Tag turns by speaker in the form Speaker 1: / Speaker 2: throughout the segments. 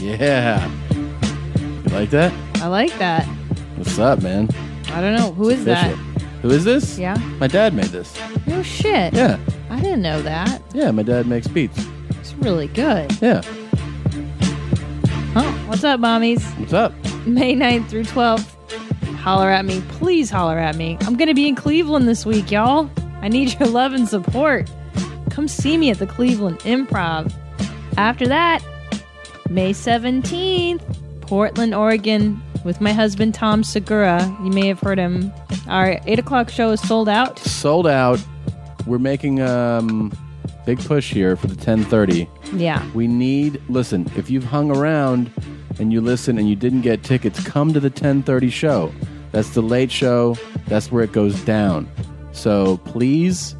Speaker 1: Yeah. You like that?
Speaker 2: I like that.
Speaker 1: What's up, man?
Speaker 2: I don't know. Who is that?
Speaker 1: Bishop. Who is this?
Speaker 2: Yeah.
Speaker 1: My dad made this.
Speaker 2: No shit.
Speaker 1: Yeah.
Speaker 2: I didn't know that.
Speaker 1: Yeah, my dad makes beats.
Speaker 2: It's really good.
Speaker 1: Yeah.
Speaker 2: Huh. What's up, mommies?
Speaker 1: What's up?
Speaker 2: May 9th through 12th. Holler at me. Please holler at me. I'm going to be in Cleveland this week, y'all. I need your love and support. Come see me at the Cleveland Improv. After that, May 17th, Portland, Oregon, with my husband Tom Segura. You may have heard him. Our 8 o'clock show is sold out.
Speaker 1: Sold out. We're making um big push here for the 1030.
Speaker 2: Yeah.
Speaker 1: We need listen, if you've hung around and you listen and you didn't get tickets, come to the 1030 show. That's the late show. That's where it goes down. So please,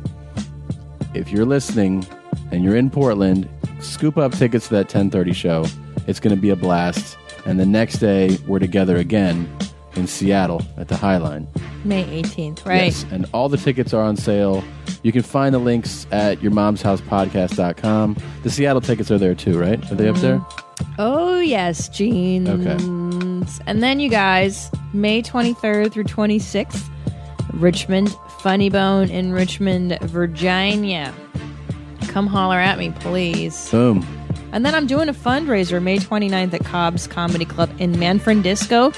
Speaker 1: if you're listening and you're in Portland, scoop up tickets to that 1030 show. It's gonna be a blast. And the next day we're together again in Seattle at the Highline.
Speaker 2: May 18th, right?
Speaker 1: Yes, and all the tickets are on sale. You can find the links at yourmomshousepodcast.com. The Seattle tickets are there too, right? Are they up there?
Speaker 2: Oh, yes, jeans.
Speaker 1: Okay.
Speaker 2: And then, you guys, May 23rd through 26th, Richmond Funny Bone in Richmond, Virginia. Come holler at me, please.
Speaker 1: Boom.
Speaker 2: And then I'm doing a fundraiser May 29th at Cobb's Comedy Club in Manfredisco,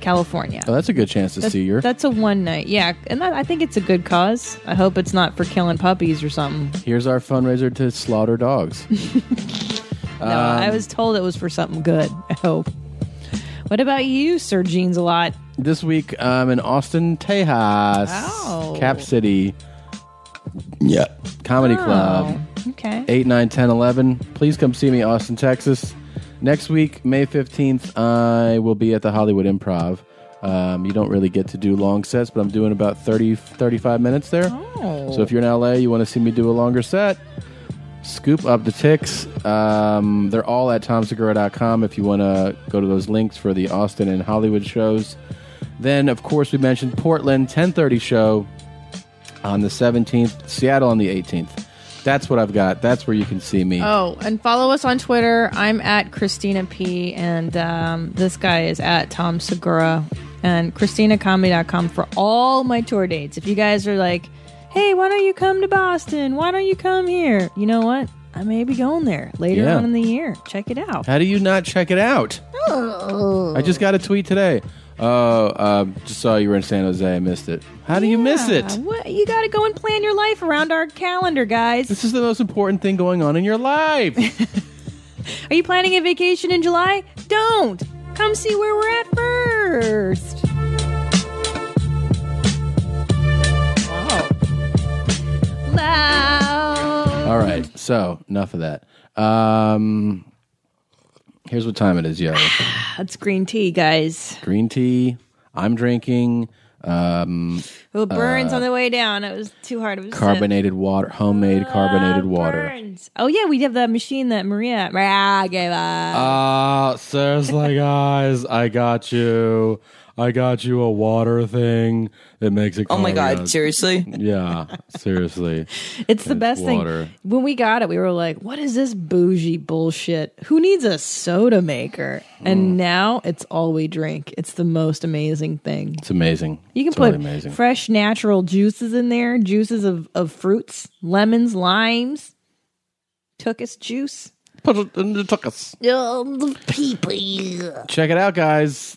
Speaker 2: California.
Speaker 1: Mm-hmm. Oh, that's a good chance to
Speaker 2: That's-
Speaker 1: see your.
Speaker 2: That's a one night. Yeah. And that, I think it's a good cause. I hope it's not for killing puppies or something.
Speaker 1: Here's our fundraiser to slaughter dogs.
Speaker 2: No,
Speaker 1: Um,
Speaker 2: I was told it was for something good. I hope. What about you, Sir Jeans a lot?
Speaker 1: this week, I'm in Austin, Tejas,
Speaker 2: Oh.
Speaker 1: Cap City. Yeah. Comedy Club.
Speaker 2: Oh, okay.
Speaker 1: 8, 9, 10, 11. Please come see me, Austin, Texas. Next week, May 15th, I will be at the Hollywood Improv. Um, you don't really get to do long sets, but I'm doing about 30, 35 minutes there.
Speaker 2: Oh.
Speaker 1: So if you're in LA, you want to see me do a longer set, scoop up the ticks. Um, they're all at tomsegura.com if you want to go to those links for the Austin and Hollywood shows. Then, of course, we mentioned Portland 1030 show on the 17th, Seattle on the 18th. That's what I've got. That's where you can see me.
Speaker 2: Oh, and follow us on Twitter. I'm at Christina P, and um, this guy is at Tom Segura, and ChristinaComedy.com for all my tour dates. If you guys are like, hey, why don't you come to Boston? Why don't you come here? You know what? I may be going there later
Speaker 1: Yeah.
Speaker 2: on in the year. Check it out.
Speaker 1: How do you not check it out?
Speaker 2: Oh.
Speaker 1: I just got a tweet today. Oh, uh, just saw you were in San Jose. I missed it. How do you miss
Speaker 2: Yeah.
Speaker 1: it?
Speaker 2: Uh, What? You got to go and plan your life around our calendar, guys.
Speaker 1: This is the most important thing going on in your life.
Speaker 2: Are you planning a vacation in July? Don't! Come see where we're at first! Wow. Loud!
Speaker 1: All right. So enough of that. Um, here's what time it is, yo.
Speaker 2: That's green tea, guys.
Speaker 1: Green tea. I'm drinking um,
Speaker 2: Oh, It burns on the way down. It was too hard of a sip.
Speaker 1: carbonated water, homemade carbonated
Speaker 2: Uh,
Speaker 1: water.
Speaker 2: burns. Oh, yeah, we have the machine that Maria, Maria gave us.
Speaker 1: Ah, seriously, guys, I got you. I got you a water thing that makes it.
Speaker 3: Oh my god, seriously?
Speaker 1: Yeah, seriously.
Speaker 2: It's the best
Speaker 1: water.
Speaker 2: thing. When we got it, we were like, what is this bougie bullshit? Who needs a soda maker?
Speaker 1: Mm.
Speaker 2: And now it's all we drink. It's the most amazing thing.
Speaker 1: It's amazing.
Speaker 2: You can
Speaker 1: it's really
Speaker 2: put
Speaker 1: amazing.
Speaker 2: fresh natural juices in there, juices of, of fruits, lemons, limes, tuckus juice.
Speaker 1: put it in the tuckus. Check it out, guys.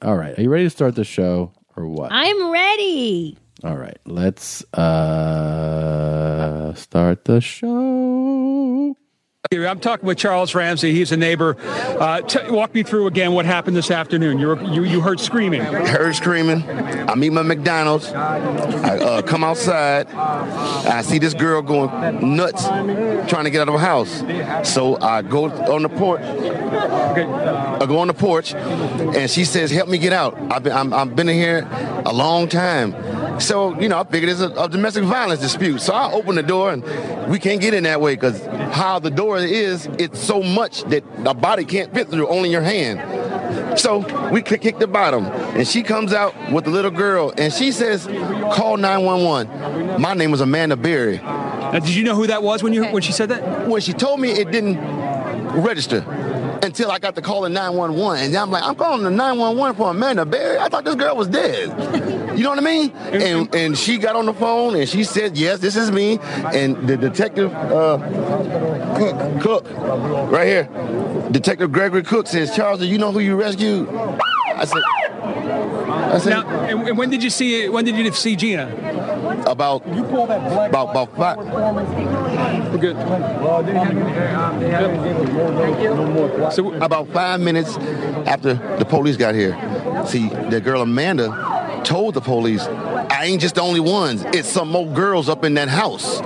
Speaker 1: All right. Are you ready to start the show or what?
Speaker 2: I'm ready.
Speaker 1: All right, let's uh start the show.
Speaker 3: Here, I'm talking with Charles Ramsey. He's a neighbor. Uh, t- walk me through again what happened this afternoon. You, were, you, you heard screaming.
Speaker 4: Heard screaming. I'm eating my McDonald's. I uh, come outside. I see this girl going nuts, trying to get out of her house. So I go on the porch. I go on the porch, and she says, "Help me get out. I've been, I'm, I've been in here a long time." So you know, I figured it's a, a domestic violence dispute. So I open the door, and we can't get in that way because how the door is, it's so much that the body can't fit through, only your hand. So we kick, kick the bottom, and she comes out with the little girl, and she says, "Call 911." My name was Amanda Berry.
Speaker 3: Now, did you know who that was when you when she said that?
Speaker 4: When she told me, it didn't register until I got the call in 911. And I'm like, I'm calling the 911 for Amanda Berry. I thought this girl was dead. You know what I mean? And and she got on the phone and she said, yes, this is me. And the detective, uh, Cook, Cook, right here, Detective Gregory Cook says, Charles, do you know who you rescued? I said, I said,
Speaker 3: Now, and, and when did you see when did you see Gina?
Speaker 4: about, about, about five.
Speaker 3: We're good. So
Speaker 4: About five minutes after the police got here, see, that girl Amanda told the police, I ain't just the only ones. It's some more girls up in that house.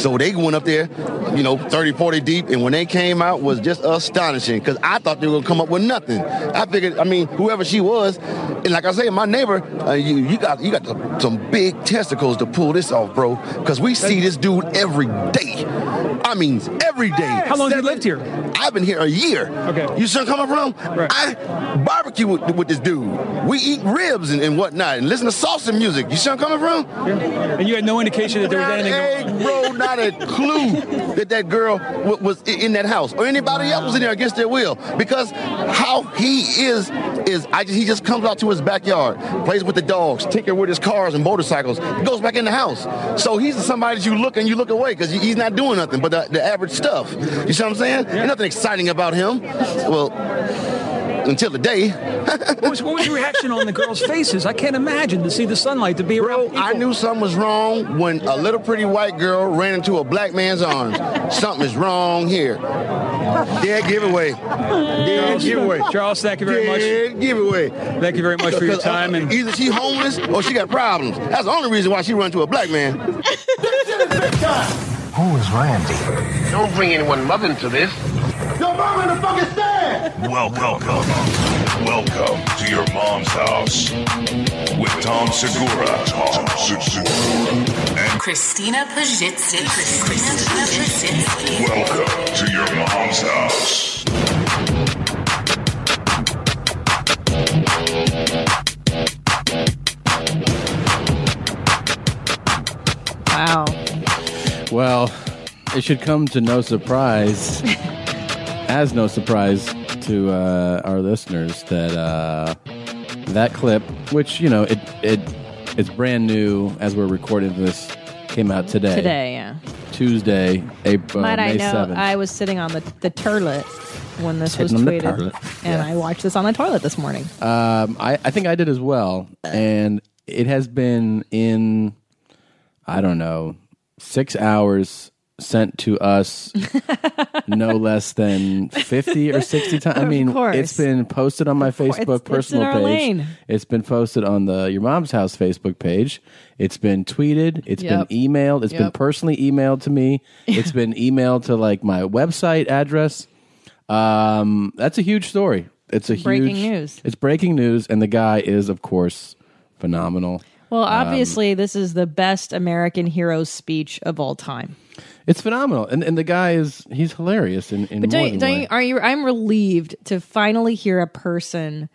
Speaker 4: So they went up there, you know, 30, 40 deep, and when they came out was just astonishing because I thought they were going to come up with nothing. I figured, I mean, whoever she was, and like I say, my neighbor, uh, you, you got you got the, some big testicles to pull this off, bro, because we see this dude every day. I mean, every day.
Speaker 3: How long have you lived here?
Speaker 4: I've been here a year.
Speaker 3: Okay.
Speaker 4: You see where I'm coming from?
Speaker 3: Right.
Speaker 4: I barbecue with, with this dude. We eat ribs and, and whatnot and listen to salsa music. You see where I'm coming from?
Speaker 3: and you had no indication that there was
Speaker 4: Not
Speaker 3: anything. going-
Speaker 4: a bro, not a clue that that girl wa- was i- in that house or anybody else was in there against their will because how he is is I just, he just comes out to his backyard, plays with the dogs, tinker with his cars and motorcycles, goes back in the house. So he's somebody that you look and you look away because he's not doing nothing but the, the average stuff. You see what I'm saying? Ain't nothing exciting about him. Well, until the day.
Speaker 3: What was, what was your reaction on the girls' faces? I can't imagine to see the sunlight to be around.
Speaker 4: Bro,
Speaker 3: people.
Speaker 4: I knew something was wrong when a little pretty white girl ran into a black man's arms. something is wrong here. Dead giveaway. Dead giveaway.
Speaker 3: Charles, thank you very much.
Speaker 4: Dead giveaway.
Speaker 3: Thank you very much for your
Speaker 4: uh,
Speaker 3: time. And
Speaker 4: Either she homeless or she got problems. That's the only reason why she run to a black man.
Speaker 5: Who is Randy?
Speaker 6: Don't bring anyone mother into this.
Speaker 5: Your mom in the fucking stand!
Speaker 7: Welcome. Welcome to your mom's house with Tom Segura. Tom Segura. And
Speaker 8: Christina Pajitsky. Christina Pajitsky.
Speaker 7: welcome to your mom's house.
Speaker 2: Wow.
Speaker 1: Well, it should come to no surprise, as no surprise to uh, our listeners, that uh, that clip, which you know, it it it's brand new as we're recording this, came out today.
Speaker 2: Today, yeah.
Speaker 1: Tuesday, April
Speaker 2: Might
Speaker 1: Uh, May
Speaker 2: I know,
Speaker 1: 7th.
Speaker 2: I was sitting on the, the toilet when this was
Speaker 1: Sitting on the
Speaker 2: tweeted.
Speaker 1: toilet.
Speaker 2: And I watched this on the toilet this morning.
Speaker 1: Um, I, I think I did as well, and it has been in I don't know six hours sent to us no less than 50 or 60 times i mean
Speaker 2: course.
Speaker 1: it's been posted on my
Speaker 2: course.
Speaker 1: facebook
Speaker 2: It's- it's in
Speaker 1: personal
Speaker 2: our
Speaker 1: page
Speaker 2: lane.
Speaker 1: it's been posted on the your mom's house facebook page it's been tweeted It's
Speaker 2: Yep.
Speaker 1: been emailed It's been
Speaker 2: Yep.
Speaker 1: personally emailed to me it's been emailed to like my website address um, that's a huge story. It's a
Speaker 2: Breaking
Speaker 1: huge,
Speaker 2: news.
Speaker 1: It's breaking news, and the guy is, of course, phenomenal.
Speaker 2: Well,
Speaker 1: Um,
Speaker 2: obviously, this is the best American hero's speech of all time.
Speaker 1: It's phenomenal, and and the guy is he's hilarious in in
Speaker 2: But
Speaker 1: more
Speaker 2: don't, you-
Speaker 1: than
Speaker 2: don't
Speaker 1: one.
Speaker 2: you, are you? I'm relieved to finally hear a person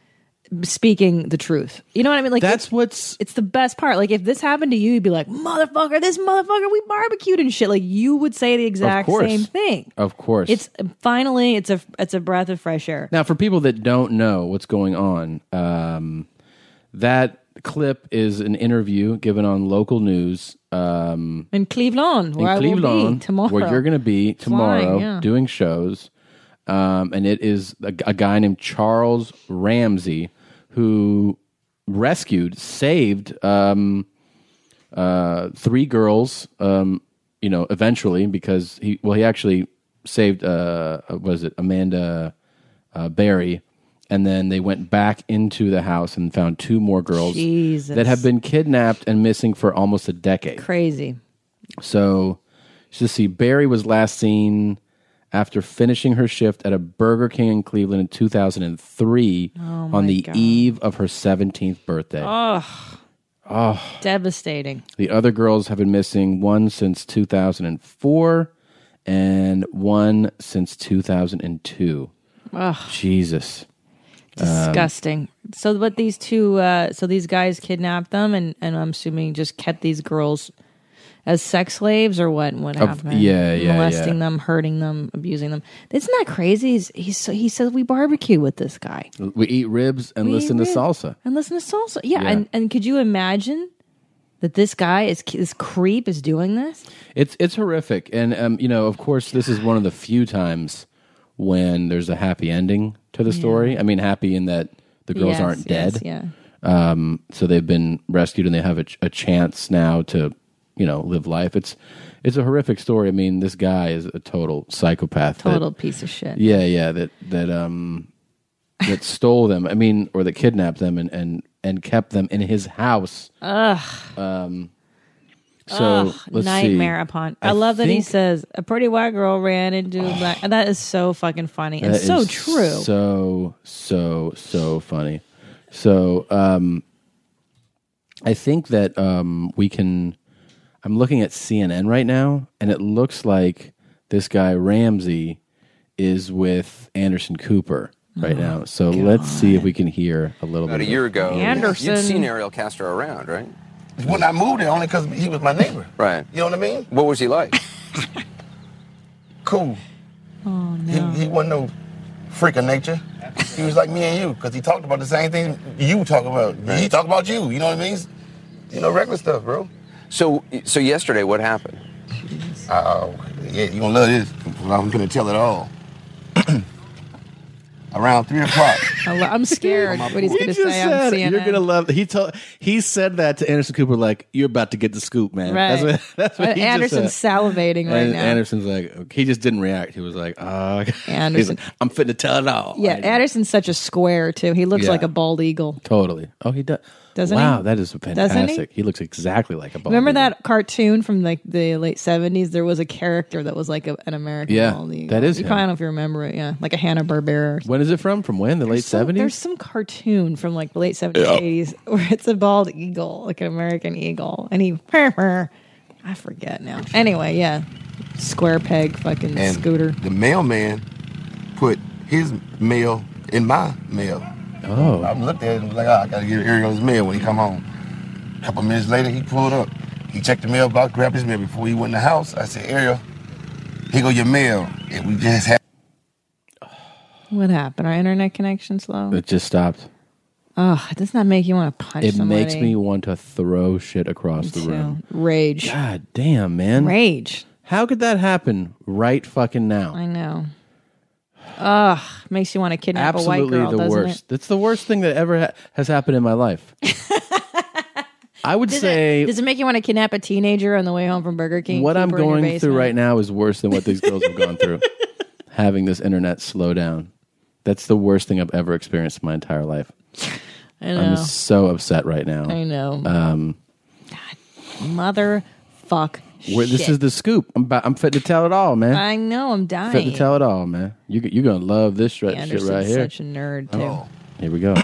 Speaker 2: speaking the truth. You know what I mean? Like
Speaker 1: That's
Speaker 2: it's,
Speaker 1: what's
Speaker 2: it's the best part. Like if this happened to you, you'd be like, "Motherfucker, this motherfucker, we barbecued and shit." Like you would say the exact
Speaker 1: course.
Speaker 2: same thing.
Speaker 1: of course
Speaker 2: It's finally, it's a it's a breath of fresh air.
Speaker 1: Now, for people that don't know what's going on, um, that clip is an interview given on local news um,
Speaker 2: In Cleveland,
Speaker 1: in
Speaker 2: where I will be
Speaker 1: Cleveland
Speaker 2: tomorrow,
Speaker 1: where you're going to be tomorrow
Speaker 2: Flying, yeah.
Speaker 1: doing shows. Um, and it is a, a guy named Charles Ramsey who rescued, saved um, uh, three girls, um, you know, eventually because he, well, he actually saved uh uh, was it Amanda uh, Barry, and then they went back into the house and found two more girls
Speaker 2: Jesus.
Speaker 1: that have been kidnapped and missing for almost a decade.
Speaker 2: Crazy.
Speaker 1: So, so see, Barry was last seen after finishing her shift at a Burger King in Cleveland in 2003
Speaker 2: Oh, my
Speaker 1: on the
Speaker 2: God.
Speaker 1: eve of her 17th birthday.
Speaker 2: Oh,
Speaker 1: Oh.
Speaker 2: devastating.
Speaker 1: The other girls have been missing one since 2004 and one since 2002.
Speaker 2: Ugh.
Speaker 1: Jesus. Um,
Speaker 2: Disgusting. so, but these two, uh, so these guys kidnapped them, and and I'm assuming just kept these girls as sex slaves, or what? What
Speaker 1: Of-
Speaker 2: happened?
Speaker 1: yeah, yeah,
Speaker 2: molesting
Speaker 1: yeah.
Speaker 2: them, hurting them, abusing them. Isn't that crazy? He's, he's so, he says we barbecue with this guy
Speaker 1: we eat ribs and
Speaker 2: We
Speaker 1: listen
Speaker 2: eat
Speaker 1: to
Speaker 2: rib-
Speaker 1: salsa.
Speaker 2: and listen to salsa. Yeah,
Speaker 1: Yeah.
Speaker 2: and and could you imagine that this guy is this creep is doing this?
Speaker 1: It's it's horrific, and um, you know, of course, this is one of the few times when there's a happy ending to the
Speaker 2: Yeah.
Speaker 1: story. I mean, happy in that the girls
Speaker 2: Yes,
Speaker 1: aren't
Speaker 2: yes,
Speaker 1: dead.
Speaker 2: yeah.
Speaker 1: Um, so they've been rescued and they have a, ch- a chance now to, you know, live life. It's it's a horrific story. I mean, this guy is a total psychopath. that-
Speaker 2: Total piece of shit.
Speaker 1: Yeah, yeah. That that um that stole them. I mean, or that kidnapped them and and and kept them in his house.
Speaker 2: Ugh.
Speaker 1: Um. So
Speaker 2: Ugh,
Speaker 1: let's see.
Speaker 2: nightmare upon. I, love that he
Speaker 1: think-
Speaker 2: says a pretty white girl ran into a black. That is so fucking funny and
Speaker 1: That
Speaker 2: so
Speaker 1: is
Speaker 2: true.
Speaker 1: So so so funny. So um, I think that um we can. I'm looking at CNN right now, and it looks like this guy Ramsey is with Anderson Cooper right
Speaker 2: Oh,
Speaker 1: now. So let's see if we can hear a little
Speaker 9: About a
Speaker 1: bit.
Speaker 9: year ago,
Speaker 1: Anderson.
Speaker 9: you'd seen Ariel Castro around, right?
Speaker 4: When I moved there, only because he was my neighbor.
Speaker 9: Right.
Speaker 4: You know what I mean?
Speaker 9: What was he like?
Speaker 4: Cool.
Speaker 2: Oh
Speaker 4: He, he wasn't no freak of nature. He was like me and you, because he talked about the same thing you talk about. He talked about you. You know what I mean? You know, regular stuff, bro.
Speaker 9: So, so yesterday, what happened?
Speaker 4: Oh, yeah, you gonna love this. I'm gonna tell it all. Around three o'clock.
Speaker 2: I lo- I'm scared what he's
Speaker 1: He
Speaker 2: going to
Speaker 1: just
Speaker 2: say on
Speaker 1: said,
Speaker 2: CNN.
Speaker 1: You're gonna love. He told. He said that to Anderson Cooper, like you're about to get the scoop, man. That's
Speaker 2: right.
Speaker 1: what. That's what
Speaker 2: And
Speaker 1: he just
Speaker 2: Anderson's
Speaker 1: said.
Speaker 2: salivating right
Speaker 1: and
Speaker 2: now.
Speaker 1: Anderson's like he just didn't react. He was like, "Ah." He's
Speaker 2: Anderson.
Speaker 1: like, I'm fitting to tell it all.
Speaker 2: yeah, Anderson's such a square too. He looks
Speaker 1: Yeah.
Speaker 2: like a bald eagle.
Speaker 1: Totally. Oh, he does.
Speaker 2: Doesn't
Speaker 1: wow,
Speaker 2: he?
Speaker 1: that is
Speaker 2: Doesn't he?
Speaker 1: fantastic. He? looks exactly like a bald.
Speaker 2: Remember that cartoon from like the late seventies? There was a character that was like a, an American.
Speaker 1: Yeah,
Speaker 2: bald eagle.
Speaker 1: that is
Speaker 2: You
Speaker 1: him.
Speaker 2: kind of if you remember it. Yeah, like a Hanna Barbera.
Speaker 1: eagle. When is it from? From when? The late
Speaker 2: There's
Speaker 1: seventies.
Speaker 2: some cartoon from like the late 70s,
Speaker 1: Yeah.
Speaker 2: 80s where it's a bald eagle, like an American eagle, and he, I forget now. Anyway, yeah, square peg fucking
Speaker 4: and
Speaker 2: scooter.
Speaker 4: The mailman put his mail in my mail.
Speaker 1: Oh.
Speaker 4: I looked at it and was like, oh, I gotta give Ariel his mail when he come home. A couple minutes later, he pulled up. He checked the mailbox, grabbed his mail before he went in the house. I said, Ariel, here go your mail. And we just had
Speaker 2: What happened? Our internet connection slow.
Speaker 1: It just stopped.
Speaker 2: Oh, does that make you want to punch?
Speaker 1: It
Speaker 2: somebody?
Speaker 1: makes me want to throw shit across the room.
Speaker 2: rage.
Speaker 1: God damn, man.
Speaker 2: Rage.
Speaker 1: How could that happen right fucking now?
Speaker 2: I know. Ugh, makes you want to kidnap a white
Speaker 1: Absolutely
Speaker 2: girl,
Speaker 1: the
Speaker 2: doesn't
Speaker 1: worst. That's the worst thing that ever ha- has happened in my life. I
Speaker 2: it?
Speaker 1: would
Speaker 2: Does,
Speaker 1: say
Speaker 2: it, does it make you want to kidnap a teenager on the way home from Burger King?
Speaker 1: what
Speaker 2: keep
Speaker 1: I'm
Speaker 2: her in your
Speaker 1: going through
Speaker 2: basement?
Speaker 1: right now is worse than what these girls have gone through. Having this internet slow down. That's the worst thing I've ever experienced in my entire life.
Speaker 2: I know.
Speaker 1: I'm so upset right now.
Speaker 2: I know.
Speaker 1: Um,
Speaker 2: Mother fuck.
Speaker 1: where, this
Speaker 2: shit.
Speaker 1: is the scoop. I'm about, I'm fit to tell it all, man.
Speaker 2: I know. I'm
Speaker 1: fit
Speaker 2: dying.
Speaker 1: to tell it all, man. You you're gonna love this shit shit
Speaker 2: Anderson's
Speaker 1: right here.
Speaker 2: such a nerd too.
Speaker 1: Oh. Here we go.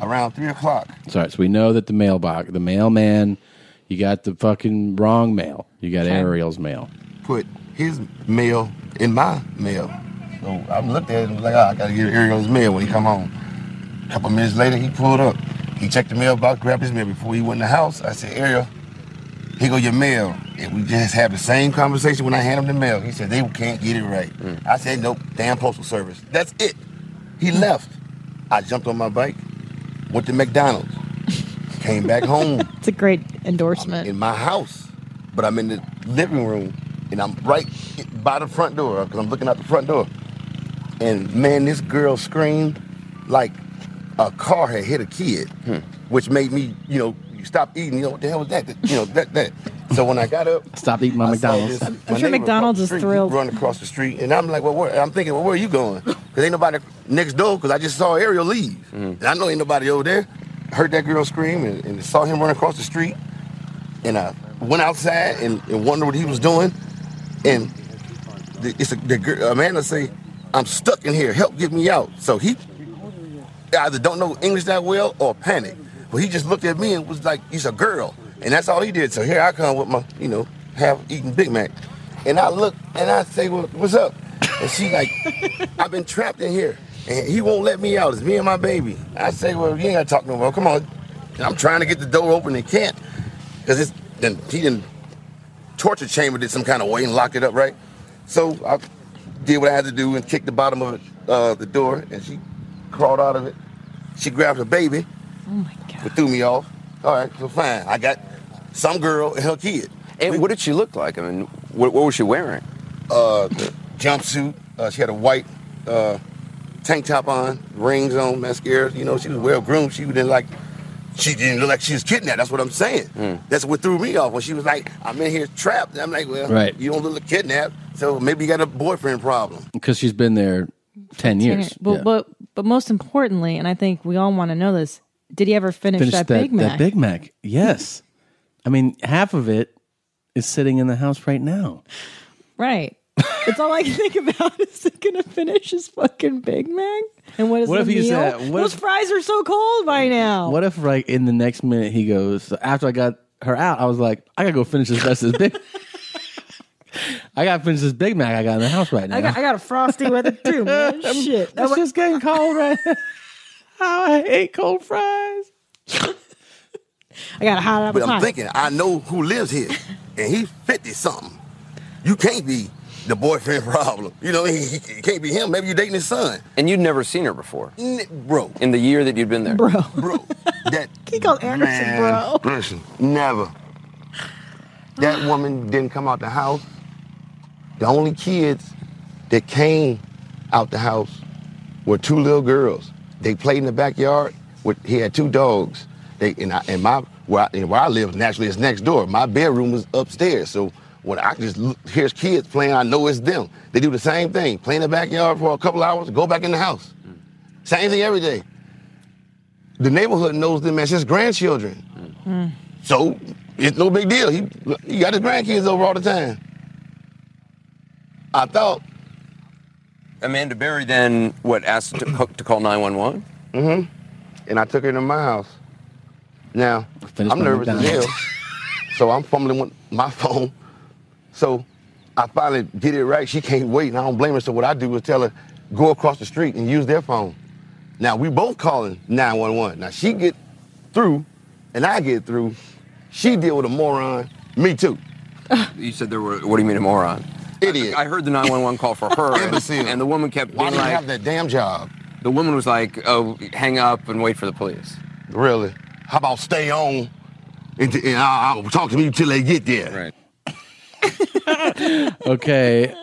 Speaker 4: around three o'clock.
Speaker 1: So, all right, so we know that the mailbox, the mailman, you got the fucking wrong mail. You got
Speaker 4: Okay.
Speaker 1: Ariel's mail.
Speaker 4: Put his mail in my mail. So I looked at it and was like, oh, I gotta give Ariel his mail when he come home. A couple minutes later, he pulled up. He checked the mailbox, grabbed his mail before he went in the house. I said, Ariel, here go your mail. And we just had the same conversation when I handed him the mail. He said, they can't get it right. I said, nope, damn postal service. That's it. He left. I jumped on my bike, went to McDonald's, came back home.
Speaker 2: It's a great endorsement.
Speaker 4: in my house, but I'm in the living room and I'm right by the front door because I'm looking out the front door. And man, this girl
Speaker 1: Hmm.
Speaker 4: screamed like a car had hit a kid, which made me, you know, you stop eating. You know what the hell was that? You know that that. So when I got up,
Speaker 1: Stop eating my
Speaker 4: I saw
Speaker 1: McDonald's.
Speaker 4: this- my
Speaker 2: I'm sure
Speaker 4: neighbor
Speaker 2: McDonald's is
Speaker 4: across the street
Speaker 2: thrilled.
Speaker 4: Run across the street, and I'm like, well, where? I'm thinking, well, where are you going? Because ain't nobody next door. Because I just saw Ariel leave,
Speaker 2: Mm-hmm.
Speaker 4: and I know ain't nobody over there. Heard that girl scream, and, and saw him run across the street, and I went outside and, and wondered what he was doing, and the, it's a, the girl, Amanda say, I'm stuck in here. Help get me out. So he either don't know English that well or panic. But he just looked at me and was like, he's a girl. And that's all he did. So here I come with my, you know, half eaten Big Mac. And I look and I say, well, what's up? And she like, I've been trapped in here. And he won't let me out. It's me and my baby. I say, well, you ain't gotta talk no more. Come on. And I'm trying to get the door open and can't. Cause it's then he didn't torture chamber did some kind of way and locked it up, right? So I did what I had to do and kicked the bottom of it, uh, the door, and she crawled out of it. She grabbed her baby,
Speaker 2: Oh my god.
Speaker 4: but threw me off. All right, so fine. I got some girl and her kid.
Speaker 9: And what did she look like? I mean, what, what was she wearing?
Speaker 4: Uh, jumpsuit. Uh, she had a white uh, tank top on, rings on, mascara. You know, she was well groomed. She didn't like. She didn't look like she was kidnapped. That's what I'm saying.
Speaker 9: Hmm.
Speaker 4: That's what threw me off when she was like, "I'm in here trapped." And I'm like, "Well,
Speaker 1: Right.
Speaker 4: you don't look kidnapped, so maybe you got a boyfriend problem."
Speaker 1: Because she's been there 10 years.
Speaker 2: But,
Speaker 1: Yeah.
Speaker 2: but but most importantly, and I think we all want to know this: Did he ever finish,
Speaker 1: Finish
Speaker 2: that, Big Mac?
Speaker 1: Big Mac. Yes. I mean, half of it is sitting in the house right now.
Speaker 2: Right. That's all I can think about. Is he gonna finish his fucking Big Mac? And what is
Speaker 1: What
Speaker 2: the
Speaker 1: if he's
Speaker 2: meal?
Speaker 1: at- what
Speaker 2: Those
Speaker 1: if-
Speaker 2: fries are so cold by now.
Speaker 1: What if, like, in the next minute he goes, after I got her out, I was like, I gotta go finish this rest of this Big I gotta finish this Big Mac I got in the house right now.
Speaker 2: I got I got a frosty with it too, man. Shit.
Speaker 1: It's just getting cold right now. I hate cold fries.
Speaker 2: I got a hot apple
Speaker 4: But I'm
Speaker 2: pie.
Speaker 4: thinking, I know who lives here, and he's 50 something. You can't be the boyfriend problem. You know, he, he- it can't be him. Maybe you're dating his son.
Speaker 9: And you'd never seen her before.
Speaker 4: N- bro,
Speaker 9: In the year that you'd been there.
Speaker 2: Bro.
Speaker 4: bro, that
Speaker 2: He called Anderson,
Speaker 4: man,
Speaker 2: bro.
Speaker 4: listen, never. That woman didn't come out the house. The only kids that came out the house were two little girls. They played in the backyard. With, he had two dogs. They and, I, and my where I, and where I live naturally is next door. My bedroom was upstairs, so when I just look, hears kids playing, I know it's them. They do the same thing: play in the backyard for a couple hours, go back in the house. Same thing every day. The neighborhood knows them as his grandchildren, so it's no big deal. He he got his grandkids over all the time. I thought
Speaker 9: Amanda Berry then, what, asked to, to call 911?
Speaker 4: and I took her to my house. Now,
Speaker 1: Finish
Speaker 4: I'm
Speaker 1: my
Speaker 4: nervous as hell.
Speaker 1: McDonald's.
Speaker 4: so I'm fumbling with my phone. So I finally did it right. She can't wait, and I don't blame her. So what I do is tell her, go across the street and use their phone. Now we both calling 911. Now she get through, and I get through. She deal with a moron. Me too.
Speaker 9: You said there were, what do you mean a moron?
Speaker 4: Idiot.
Speaker 9: I heard the 911 call for her. and,
Speaker 4: Imbecile.
Speaker 9: and the woman kept
Speaker 4: Why
Speaker 9: being
Speaker 4: do you
Speaker 9: like,
Speaker 4: have that damn job?
Speaker 9: the woman was like, oh, hang up and wait for the police.
Speaker 4: Really? How about stay on and, and I'll, I'll talk to me till they get there.
Speaker 9: Right.
Speaker 1: Okay.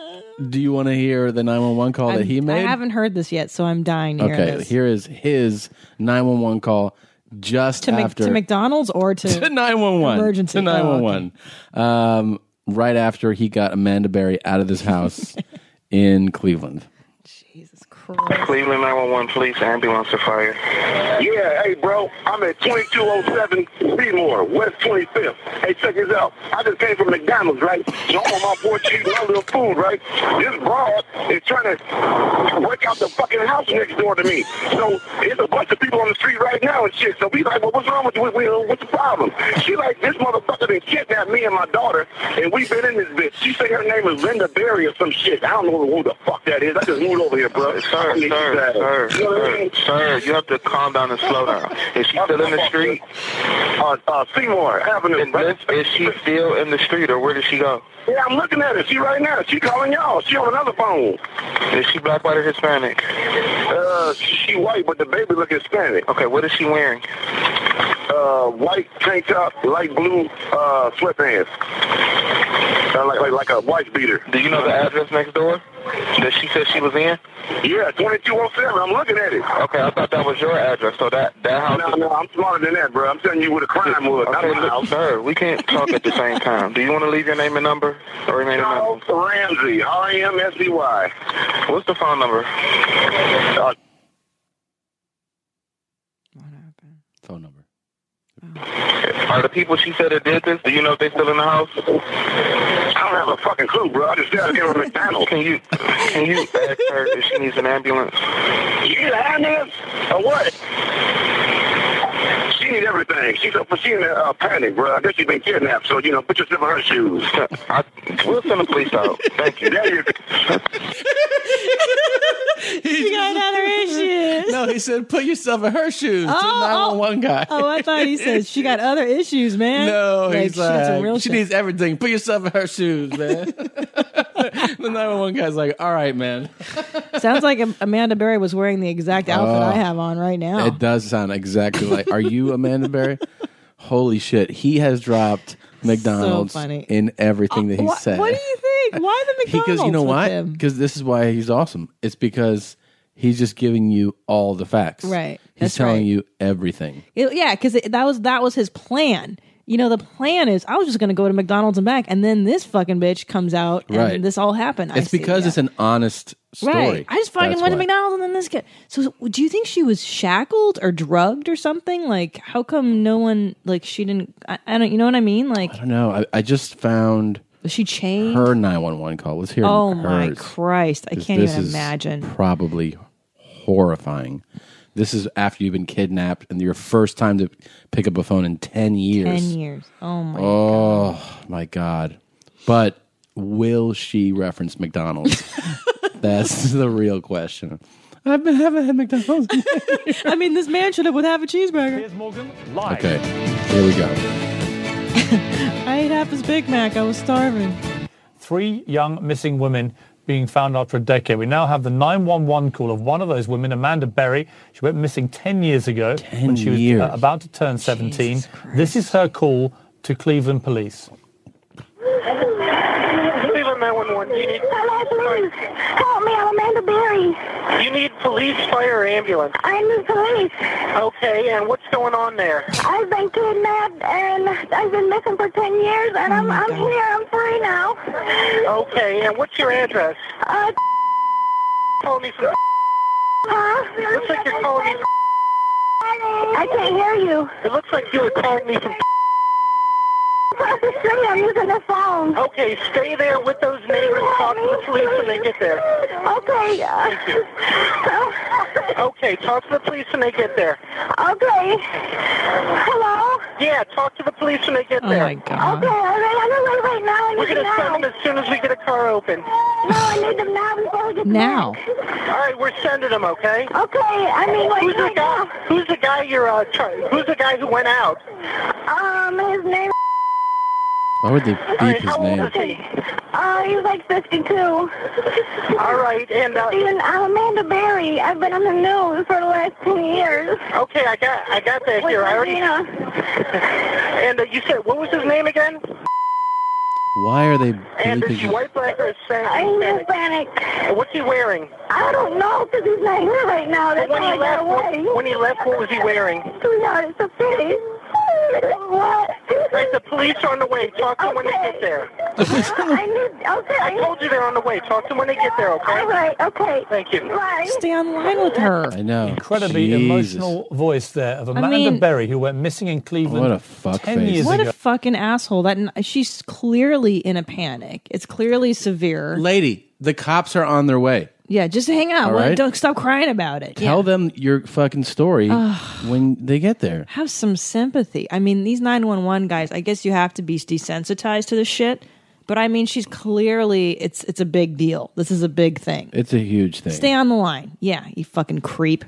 Speaker 1: Do you want to hear the 911 call
Speaker 2: I'm-
Speaker 1: that he made?
Speaker 2: I haven't heard this yet, so I'm dying to hear
Speaker 1: Okay,
Speaker 2: this.
Speaker 1: here is his 911 call just
Speaker 2: to, Mc-
Speaker 1: after
Speaker 2: to McDonald's or to,
Speaker 1: to 911.
Speaker 2: Emergency. Oh,
Speaker 1: To 911. Um, right after he got Amanda Berry out of this house in Cleveland.
Speaker 2: Jesus Christ.
Speaker 10: Cleveland 911 Police Ambulance to Fire.
Speaker 11: Yeah, hey, bro, I'm at 2207 Seymour, West 25th. Hey, check this out. I just came from McDonald's, right? So I'm on my porch eating my little food, right? This broad is trying to break out the fucking house next door to me. So there's a bunch of people on the street right now and shit. So we like, well, what's wrong with you? What- what- What's the problem? She like, this motherfucker done kidnapped me and my daughter, and we've been in this bitch. She said her name is Linda Berry or some shit. I don't know who the fuck that is. I just moved over here, bro.
Speaker 10: Sir,
Speaker 11: I need you
Speaker 10: sir,
Speaker 11: guys.
Speaker 10: sir,
Speaker 11: You know what I mean?
Speaker 10: sir, sir, you have to calm down and slow down. Is she still in the street?
Speaker 4: Oh,
Speaker 11: Uh, uh, Seymour Avenue.
Speaker 10: And this, is she still in the street or where did she go?
Speaker 11: Yeah, I'm looking at her. She right now. She calling y'all. She on another phone.
Speaker 10: Is she black, white, or Hispanic?
Speaker 11: Uh, she white, but the baby look Hispanic.
Speaker 10: Okay, what is she wearing?
Speaker 11: Uh, white tank top, light blue uh, sweatpants. Uh, like, like like a wife beater.
Speaker 10: Do you know the address next door?
Speaker 7: that she said she was in?
Speaker 4: Yeah, 2207. I'm looking at it.
Speaker 7: Okay, I thought that was your address. So that that house.
Speaker 4: No, no, I'm smarter than that, bro. I'm telling you what a crime was. not
Speaker 7: Okay,
Speaker 4: my
Speaker 7: look,
Speaker 4: house.
Speaker 7: sir, we can't talk at the same time. Do you want to leave your name and number or remain
Speaker 4: Charles Ramsey, R A M S E Y.
Speaker 7: anonymous? What's the phone number?
Speaker 1: Phone number.
Speaker 7: Are the people she said that did this? Do you know if they still in the house?
Speaker 4: I don't have a fucking clue, bro. I just got here from McDonald's.
Speaker 7: Can you can you ask her if she needs an ambulance?
Speaker 4: You need an ambulance or what? She need everything. She's a she in a uh, panic, bro. I guess she's been kidnapped, so you know, put yourself in her shoes.
Speaker 7: I, we'll send the police out. Thank you.
Speaker 4: That is
Speaker 1: he
Speaker 2: got out of his shit.
Speaker 1: No, he said, put yourself in her shoes.
Speaker 2: Oh,
Speaker 1: to
Speaker 2: oh.
Speaker 1: 911 guy.
Speaker 2: Oh, I thought he said she got other issues, man.
Speaker 1: No,
Speaker 2: Like,
Speaker 1: he's
Speaker 2: she got some
Speaker 1: like,
Speaker 2: real
Speaker 1: she
Speaker 2: shit.
Speaker 1: needs everything. Put yourself in her shoes, man. the 911 guy's like, all right, man.
Speaker 2: Sounds like Am- Amanda Berry was wearing the exact outfit
Speaker 1: Oh.
Speaker 2: I have on right now.
Speaker 1: It does sound exactly like, are you Amanda Berry? Holy shit. He has dropped McDonald's
Speaker 2: funny.
Speaker 1: in everything that he
Speaker 2: Wha-
Speaker 1: said.
Speaker 2: What do you think? Why the
Speaker 1: He
Speaker 2: McDonald's?
Speaker 1: goes, you know
Speaker 2: with
Speaker 1: why?
Speaker 2: him?
Speaker 1: Because this is why he's awesome. It's because he's just giving you all the facts.
Speaker 2: Right.
Speaker 1: He's
Speaker 2: That's
Speaker 1: telling
Speaker 2: right.
Speaker 1: you everything.
Speaker 2: It- yeah, because that was that was his plan. You know, the plan is I was just going to go to McDonald's and back, and then this fucking bitch comes out, and
Speaker 1: Right.
Speaker 2: this all happened. I
Speaker 1: It's
Speaker 2: see,
Speaker 1: because
Speaker 2: yeah.
Speaker 1: it's an honest story.
Speaker 2: Right. I just fucking
Speaker 1: That's
Speaker 2: went to
Speaker 1: why.
Speaker 2: McDonald's and then this kid. So do you think she was shackled or drugged or something? Like, how come no one like she didn't? I, I don't. You know what I mean? Like,
Speaker 1: I don't know. I, I just found
Speaker 2: was she chained?
Speaker 1: her 911 call. Let's hear
Speaker 2: oh
Speaker 1: hers.
Speaker 2: my Christ! I
Speaker 1: 'Cause
Speaker 2: can't
Speaker 1: this
Speaker 2: even
Speaker 1: is
Speaker 2: imagine.
Speaker 1: Probably horrifying. This is after you've been kidnapped and your first time to pick up a phone in 10 years.
Speaker 2: Ten years. Oh my.
Speaker 1: oh my God. But will she reference McDonald's? That's the real question. I've been haven't had McDonald's.
Speaker 2: I mean, this man should have would have a cheeseburger. Here's Morgan.
Speaker 1: Okay, here we go.
Speaker 2: I ate half his Big Mac. I was starving.
Speaker 3: three young missing women being found after a decade. We now have the 911 call of one of those women, Amanda Berry. She went missing 10 years ago when she was
Speaker 1: years.
Speaker 3: uh, about to turn 17. This is her call to Cleveland police.
Speaker 7: Cleveland 911. You need Hello, please. Help me. I'm Amanda Berry. You need police, fire, or ambulance. I need police. Okay, and what's going on there?
Speaker 10: I've been kidnapped and I've been missing for 10 years and I'm, I'm here. I'm free now.
Speaker 7: Okay, and what's your address?
Speaker 10: Uh,
Speaker 7: Calling me from.
Speaker 10: huh?
Speaker 7: Looks like you're calling me from.
Speaker 10: I can't hear you.
Speaker 7: It looks like you were calling me from.
Speaker 10: Across the street, I'm using the phone.
Speaker 7: Okay, stay there with those neighbors. Talk to the police when they get there.
Speaker 10: Okay.
Speaker 7: Thank you. Okay, talk to the police when they get there.
Speaker 10: Okay. Hello?
Speaker 7: Yeah, talk to the police when they get
Speaker 2: oh
Speaker 7: there.
Speaker 10: Oh, my God. Okay, all right. I'm going right now. I
Speaker 7: We're
Speaker 10: need
Speaker 7: going
Speaker 10: them
Speaker 7: to
Speaker 10: now.
Speaker 7: send them as soon as we get a car open.
Speaker 10: No, I need them now before we get
Speaker 7: Now.
Speaker 10: back.
Speaker 7: All right, we're sending them, okay?
Speaker 10: Okay, I mean, like,
Speaker 7: who's the
Speaker 10: right
Speaker 7: guy? Who's the guy you're? Uh, try, who's the guy who went out?
Speaker 10: Um, his name,
Speaker 1: Why would they beep his name?
Speaker 10: uh, he's like 52. All
Speaker 7: right, and, uh...
Speaker 10: Even, I'm Amanda Berry. I've been on the news for the last 10 years.
Speaker 7: Okay, I got, I got that here. I already. and uh, you said what was his name again?
Speaker 1: Why are they
Speaker 7: And uh,
Speaker 1: beeping?
Speaker 7: is he
Speaker 1: his-
Speaker 7: white, black, or Hispanic?
Speaker 10: I'm Hispanic.
Speaker 7: And what's he wearing?
Speaker 10: I don't know because he's not here right now. That's
Speaker 7: When
Speaker 10: why
Speaker 7: he
Speaker 10: I got
Speaker 7: left,
Speaker 10: away.
Speaker 7: what, when he left, what was he wearing?
Speaker 10: Sweetheart, it's a pity. What?
Speaker 7: Right, the police are on the way. Talk to them when they get there.
Speaker 10: I need, okay.
Speaker 7: I told you they're on the way. Talk to them when they get there, okay? All
Speaker 10: right, okay.
Speaker 7: Thank you.
Speaker 2: Stay online with her.
Speaker 1: I know.
Speaker 3: Incredibly
Speaker 1: Jesus.
Speaker 3: emotional voice there of Amanda
Speaker 2: mean-
Speaker 3: Berry, who went missing in Cleveland
Speaker 1: What a fuck
Speaker 3: 10
Speaker 1: face.
Speaker 3: years
Speaker 2: What
Speaker 3: ago.
Speaker 2: a fucking asshole! That she's clearly in a panic. It's clearly severe.
Speaker 1: Lady, the cops are on their way.
Speaker 2: Yeah, just hang out.
Speaker 1: All
Speaker 2: Well,
Speaker 1: right.
Speaker 2: Don't stop crying about it.
Speaker 1: Tell
Speaker 2: Yeah.
Speaker 1: them your fucking story
Speaker 2: Ugh.
Speaker 1: when they get there.
Speaker 2: Have some sympathy. I mean, these nine one one guys. I guess you have to be desensitized to this shit. But I mean, she's clearly it's it's a big deal. This is a big thing.
Speaker 1: It's a huge thing.
Speaker 2: Stay on the line. Yeah, you fucking creep.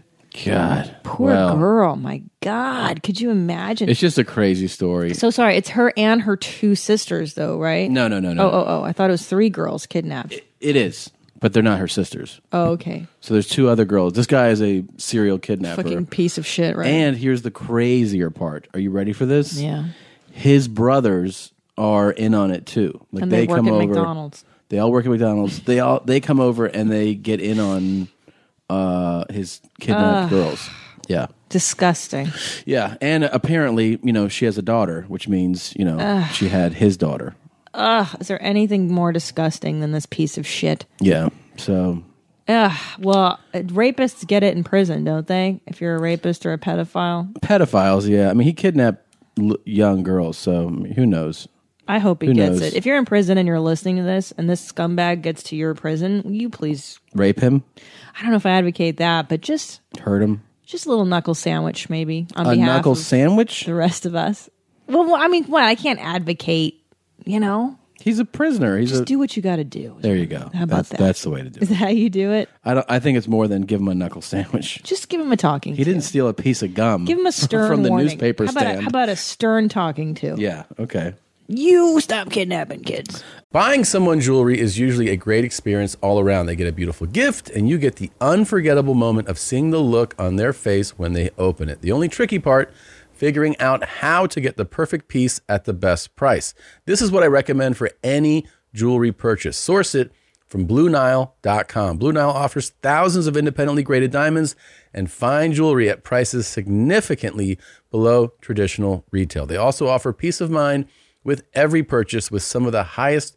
Speaker 1: God.
Speaker 2: Poor
Speaker 1: Well,
Speaker 2: girl. My God, could you imagine?
Speaker 1: It's just a crazy story.
Speaker 2: so sorry. It's her and her two sisters, though, right?
Speaker 1: No, no, no, no.
Speaker 2: Oh, oh, oh! I thought it was three girls kidnapped.
Speaker 1: it is, but they're not her sisters.
Speaker 2: oh, okay.
Speaker 1: So there's two other girls. This guy is a serial kidnapper.
Speaker 2: Fucking piece of shit, right?
Speaker 1: And here's the crazier part. Are you ready for this?
Speaker 2: Yeah.
Speaker 1: His brothers are in on it too. Like
Speaker 2: and
Speaker 1: they,
Speaker 2: they, work
Speaker 1: come
Speaker 2: at
Speaker 1: over.
Speaker 2: McDonald's.
Speaker 1: They all work at McDonald's. They all they come over and they get in on uh, his kidnapped
Speaker 2: Ugh.
Speaker 1: girls. Yeah,
Speaker 2: Disgusting.
Speaker 1: yeah. And apparently, you know, she has a daughter, which means you know
Speaker 2: Ugh.
Speaker 1: she had his daughter.
Speaker 2: Ugh, is there anything more disgusting than this piece of shit?
Speaker 1: Yeah. So
Speaker 2: Ugh, well, uh, rapists get it in prison, don't they? If you're a rapist or a pedophile.
Speaker 1: pedophiles. Yeah. I mean, he kidnapped l- young girls. So I mean, who knows?
Speaker 2: I hope he
Speaker 1: Who
Speaker 2: gets
Speaker 1: knows?
Speaker 2: it. If you're in prison and you're listening to this and this scumbag gets to your prison, will you please
Speaker 1: Rape him,
Speaker 2: I don't know if I advocate that, but just
Speaker 1: hurt him.
Speaker 2: just a little knuckle sandwich maybe on
Speaker 1: a
Speaker 2: behalf
Speaker 1: knuckle
Speaker 2: of
Speaker 1: sandwich.
Speaker 2: the rest of us. Well, well, I mean, what? I can't advocate, you know.
Speaker 1: He's a prisoner. He's
Speaker 2: Just
Speaker 1: a,
Speaker 2: do what you got to do.
Speaker 1: There you go.
Speaker 2: How about
Speaker 1: that's,
Speaker 2: that?
Speaker 1: That's the way to do it.
Speaker 2: Is that how you do it?
Speaker 1: I don't. I think it's more than give him a knuckle sandwich.
Speaker 2: Just give him a talking.
Speaker 1: He didn't steal a piece of gum.
Speaker 2: Give him a stern
Speaker 1: from the
Speaker 2: warning.
Speaker 1: newspaper
Speaker 2: how about
Speaker 1: stand.
Speaker 2: A, how about a stern talking to?
Speaker 1: yeah. Okay.
Speaker 2: You stop kidnapping kids.
Speaker 12: Buying someone jewelry is usually a great experience all around. They get a beautiful gift, and you get the unforgettable moment of seeing the look on their face when they open it. The only tricky part, figuring out how to get the perfect piece at the best price. This is what I recommend for any jewelry purchase. Source it from BlueNile.com. Blue Nile offers thousands of independently graded diamonds and fine jewelry at prices significantly below traditional retail. They also offer peace of mind with every purchase with some of the highest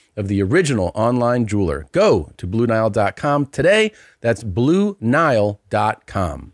Speaker 12: of the original online jeweler. Go to BlueNile.com today. That's BlueNile.com.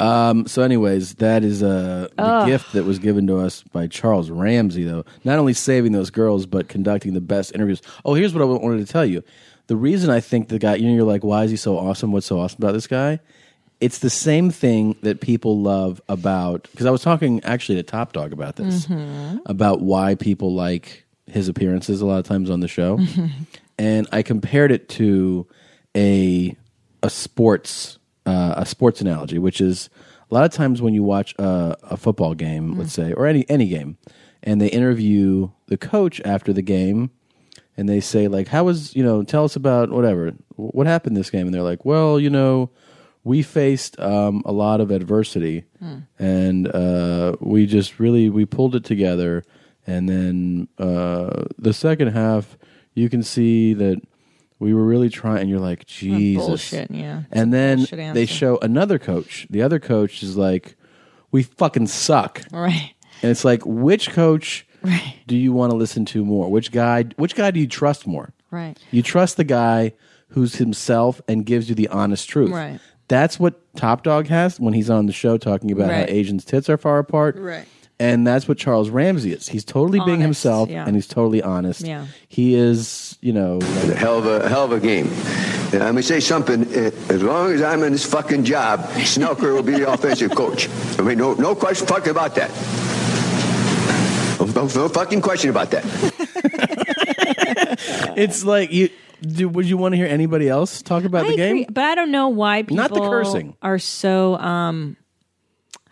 Speaker 1: Um, so, anyways, that is uh, the
Speaker 7: Ugh.
Speaker 1: gift that was given to us by Charles Ramsey, though. Not only saving those girls, but conducting the best interviews. Oh, here's what I wanted to tell you. The reason I think the guy, you know, you're like, why is he so awesome? What's so awesome about this guy? It's the same thing that people love about, because I was talking actually to Top Dog about this, about why people like his appearances a lot of times on the show. and I compared it to a a sports uh, a sports analogy, which is a lot of times when you watch a, a football game, let's say, or any any game, and they interview the coach after the game, and they say like, "How was you know? Tell us about whatever. Wh- What happened this game?" And they're like, "Well, you know." We faced um, a lot of adversity,
Speaker 2: Hmm.
Speaker 1: and uh, we just really we pulled it together. And then uh, the second half, you can see that we were really trying. And you're like, Jesus,
Speaker 2: bullshit, yeah.
Speaker 1: And then
Speaker 2: Bullshit answer.
Speaker 1: they show another coach. The other coach is like, "We fucking suck."
Speaker 2: Right.
Speaker 1: And it's like, which coach do you want to listen to more? Which guy? Which guy do you trust more?
Speaker 2: Right.
Speaker 1: You trust the guy who's himself and gives you the honest truth.
Speaker 2: Right.
Speaker 1: That's what Top Dog has when he's on the show talking about
Speaker 2: Right.
Speaker 1: how Asians' tits are far apart.
Speaker 2: Right.
Speaker 1: And that's what Charles Ramsey is. He's totally being
Speaker 2: Honest,
Speaker 1: himself
Speaker 2: yeah.
Speaker 1: and he's totally honest.
Speaker 2: Yeah.
Speaker 1: He is, you know, like-
Speaker 13: hell of a hell of a game. And I'm gonna say something. eh, As long as I'm in this fucking job, Snelker will be the offensive coach. I mean, no, no question fucking about that. No, no- no fucking question about that.
Speaker 1: it's like you. Do, would you want to hear anybody else talk about
Speaker 2: I
Speaker 1: the game?
Speaker 2: agree, but I don't know why people
Speaker 1: Not the cursing.
Speaker 2: are so um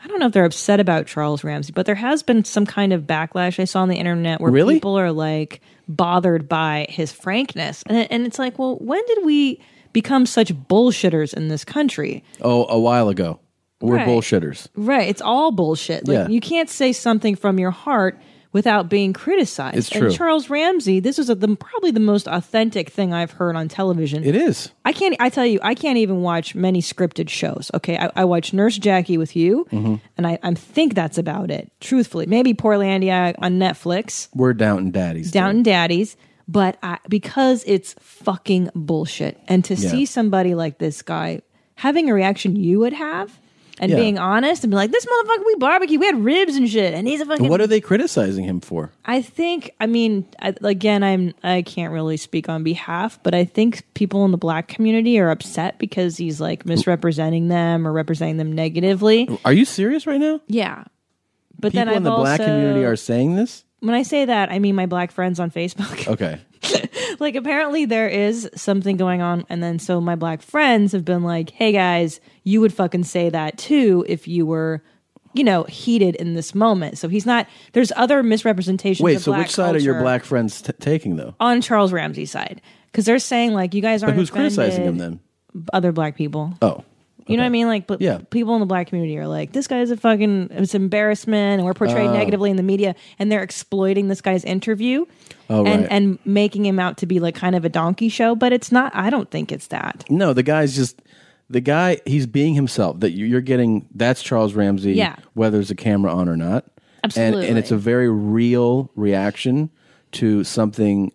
Speaker 2: I don't know if they're upset about Charles Ramsey, but there has been some kind of backlash I saw on the internet where
Speaker 1: Really?
Speaker 2: people are like bothered by his frankness. And and it's like, well, when did we become such bullshitters in this country.
Speaker 1: Oh, a while ago. We're
Speaker 2: Right.
Speaker 1: bullshitters.
Speaker 2: Right. It's all bullshit. Like,
Speaker 1: Yeah.
Speaker 2: You can't say something from your heart without being criticized.
Speaker 1: It's true.
Speaker 2: And Charles Ramsey, this is a, the, probably the most authentic thing I've heard on television.
Speaker 1: It is.
Speaker 2: I can't, I tell you, I can't even watch many scripted shows. Okay. I, I watch Nurse Jackie with you,
Speaker 1: Mhm.
Speaker 2: and I, I think that's about it, truthfully. Maybe Portlandia on Netflix.
Speaker 1: We're Downton Daddies.
Speaker 2: Downton Daddies, but I, because it's fucking bullshit. And to
Speaker 1: Yeah.
Speaker 2: see somebody like this guy having a reaction you would have and
Speaker 1: Yeah.
Speaker 2: being honest and be like, this motherfucker, we barbecue, we had ribs and shit, and he's a fucking.
Speaker 1: What are they criticizing him for?
Speaker 2: I think. I mean, I, again, I'm. I can't really speak on behalf, but I think people in the black community are upset because he's like misrepresenting them or representing them negatively.
Speaker 1: Are you serious right now?
Speaker 2: Yeah, but
Speaker 1: People
Speaker 2: then I've
Speaker 1: in the black
Speaker 2: also-
Speaker 1: community are saying this?
Speaker 2: When I say that, I mean my black friends on Facebook.
Speaker 1: Okay. Oh.
Speaker 2: like apparently there is something going on and then so my black friends have been like hey guys you would fucking say that too if you were you know heated in this moment so he's not there's other misrepresentations
Speaker 1: Wait,
Speaker 2: of
Speaker 1: so
Speaker 2: black
Speaker 1: which side are your
Speaker 2: culture
Speaker 1: black friends t- taking, though?
Speaker 2: on charles ramsey's side because they're saying like you guys
Speaker 1: But
Speaker 2: aren't
Speaker 1: who's criticizing him
Speaker 2: offended.
Speaker 1: then?
Speaker 2: other black people
Speaker 1: Oh.
Speaker 2: you know what I mean? Like, but
Speaker 1: Yeah.
Speaker 2: people in the black community are like, this guy's a fucking, it's embarrassment, and we're portrayed
Speaker 1: Oh.
Speaker 2: negatively in the media, and they're exploiting this guy's interview
Speaker 1: Oh,
Speaker 2: and,
Speaker 1: right.
Speaker 2: and making him out to be like kind of a donkey show, but it's not, I don't think it's that.
Speaker 1: No, the guy's just the guy. He's being himself. That you- you're getting. That's Charles Ramsey.
Speaker 2: Yeah.
Speaker 1: Whether there's a camera on or not. And, and
Speaker 2: Absolutely.
Speaker 1: it's a very real reaction to something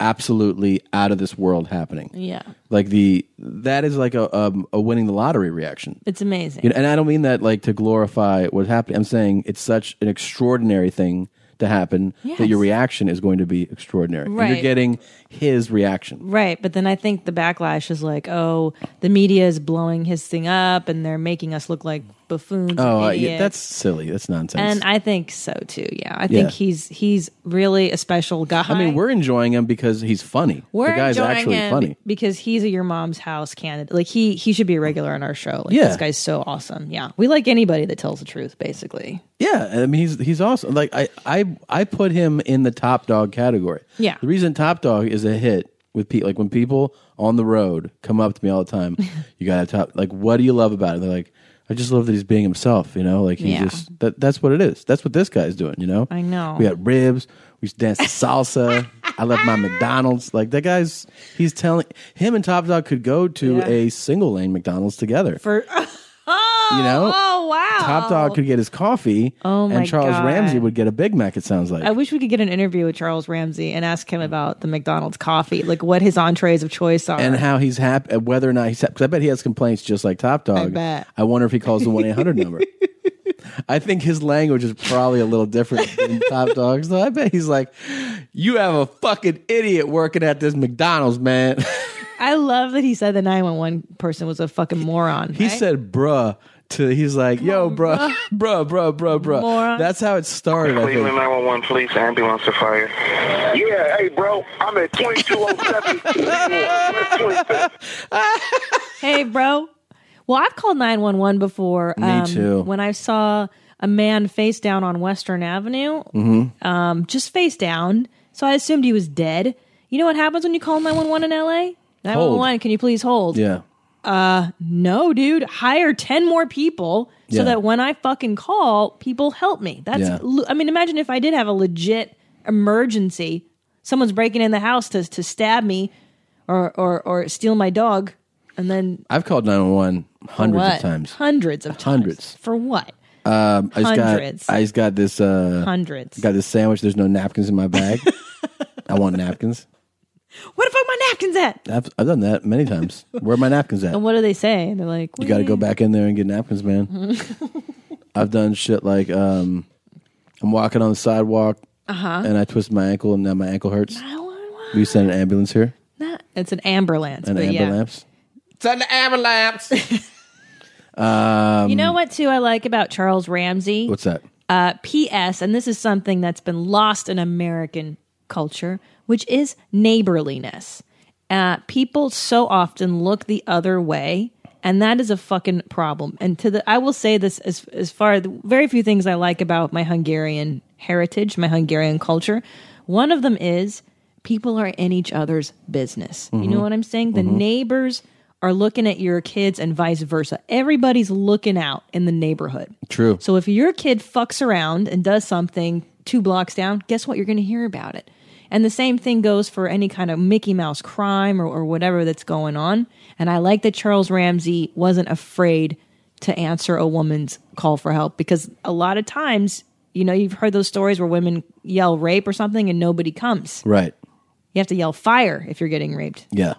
Speaker 1: absolutely out of this world happening.
Speaker 2: Yeah.
Speaker 1: Like the that is like a um, a winning the lottery reaction.
Speaker 2: It's amazing.
Speaker 1: You know, and I don't mean that like to glorify what happened. I'm saying it's such an extraordinary thing to happen that your
Speaker 2: Yes.
Speaker 1: reaction is going to be extraordinary. And
Speaker 2: Right.
Speaker 1: you're getting his reaction.
Speaker 2: Right, but then I think the backlash is like, oh, the media is blowing his thing up, and they're making us look like buffoons.
Speaker 1: Oh,
Speaker 2: and
Speaker 1: uh,
Speaker 2: idiots.
Speaker 1: yeah, that's silly. That's nonsense.
Speaker 2: And I think so too. Yeah, I
Speaker 1: Yeah.
Speaker 2: think he's he's really a special guy.
Speaker 1: I mean, we're enjoying him because he's funny.
Speaker 2: We're
Speaker 1: the guy's
Speaker 2: enjoying
Speaker 1: actually
Speaker 2: him
Speaker 1: funny.
Speaker 2: because he's a your mom's house candidate. Like he he should be a regular on our show. Like
Speaker 1: Yeah.
Speaker 2: this guy's so awesome. Yeah. We like anybody that tells the truth, basically.
Speaker 1: Yeah, I mean, he's he's awesome. Like I I I put him in the top dog category.
Speaker 2: Yeah.
Speaker 1: The reason top dog is a hit with people, like when people on the road come up to me all the time, you got to top. Like, what do you love about it? They're like, I just love that he's being himself. You know, like he
Speaker 2: Yeah.
Speaker 1: just that that's what it is. That's what this guy's doing. You know.
Speaker 2: I know.
Speaker 1: We had ribs. We used to dance to salsa. I love my McDonald's. Like that guy's, he's telling him and Top Dog could go to
Speaker 2: Yeah.
Speaker 1: a single lane McDonald's together.
Speaker 2: For
Speaker 1: you know,
Speaker 2: Oh wow.
Speaker 1: Top Dog could get his coffee,
Speaker 2: Oh, my
Speaker 1: and Charles
Speaker 2: God.
Speaker 1: Ramsey would get a Big Mac. It sounds like
Speaker 2: I wish we could get an interview with Charles Ramsey and ask him about the McDonald's coffee, like what his entrees of choice are.
Speaker 1: and how he's happy, whether or not he's happy. Because I bet he has complaints just like Top Dog.
Speaker 2: I bet.
Speaker 1: I wonder if he calls the one eight hundred number. I think his language is probably a little different than Top Dog's. Though I bet he's like, "You have a fucking idiot working at this McDonald's, man."
Speaker 2: I love that he said the 911 person was a fucking moron.
Speaker 1: He said, "Bruh." To he's like, "Yo, bruh, bruh, bruh, bruh, bruh."
Speaker 11: Moron.
Speaker 1: That's how it started. I
Speaker 11: Cleveland
Speaker 1: think.
Speaker 11: 911 police ambulance to fire. Yeah, hey, bro, I'm at 2207 Seymour, West 25th.
Speaker 2: hey, bro. Well, I've called 911 before. um,
Speaker 11: Me too.
Speaker 2: When I saw a man face down on Western Avenue,
Speaker 1: Mm-hmm.
Speaker 2: um, just face down. So I assumed he was dead. You know what happens when you call 911 in LA? 911, can you please hold?
Speaker 1: Yeah.
Speaker 2: Uh, no, dude. Hire 10 more people so
Speaker 1: Yeah.
Speaker 2: that when I fucking call, people help me. That's,
Speaker 1: Yeah.
Speaker 2: l- I mean, imagine if I did have a legit emergency. Someone's breaking in the house to, to stab me or, or, or steal my dog. And then
Speaker 1: I've called 911 hundreds
Speaker 2: for
Speaker 1: of
Speaker 2: what?
Speaker 1: times.
Speaker 2: Hundreds of times.
Speaker 1: Hundreds.
Speaker 2: For what?
Speaker 1: Um, I just
Speaker 2: Hundreds.
Speaker 1: got I just got this uh,
Speaker 2: Hundreds.
Speaker 1: Got this sandwich. There's no napkins in my bag. I want napkins.
Speaker 2: Where the fuck my napkins at?
Speaker 1: I've, I've done that many times. Where are my napkins at?
Speaker 2: And what do they say? They're like,
Speaker 1: You got to go back in there and get napkins, man.
Speaker 2: uh
Speaker 1: I've done shit like um, I'm walking on the sidewalk
Speaker 2: huh.
Speaker 1: and I twist my ankle and now my ankle hurts. We send an ambulance here.
Speaker 2: It's an amber lance.
Speaker 1: An
Speaker 2: but
Speaker 1: ambulance.
Speaker 2: yeah.
Speaker 1: It's an ambulance. Um,
Speaker 2: you know what too I like about Charles Ramsey?
Speaker 1: What's that?
Speaker 2: Uh, P.S. And this is something that's been lost in American culture, which is neighborliness. Uh, people so often look the other way, and that is a fucking problem. And to the, I will say this as as far the very few things I like about my Hungarian heritage, my Hungarian culture. One of them is people are in each other's business. You know
Speaker 14: Mhm.
Speaker 2: what I'm saying? The
Speaker 14: Mhm.
Speaker 2: neighbors are looking at your kids and vice versa. Everybody's looking out in the neighborhood.
Speaker 1: True.
Speaker 2: So if your kid fucks around and does something two blocks down, guess what? You're going to hear about it. And the same thing goes for any kind of Mickey Mouse crime or, or whatever that's going on. And I like that Charles Ramsey wasn't afraid to answer a woman's call for help because a lot of times, you know, you've heard those stories where women yell rape or something and nobody comes.
Speaker 1: Right.
Speaker 2: You have to yell fire if you're getting raped.
Speaker 1: Yeah.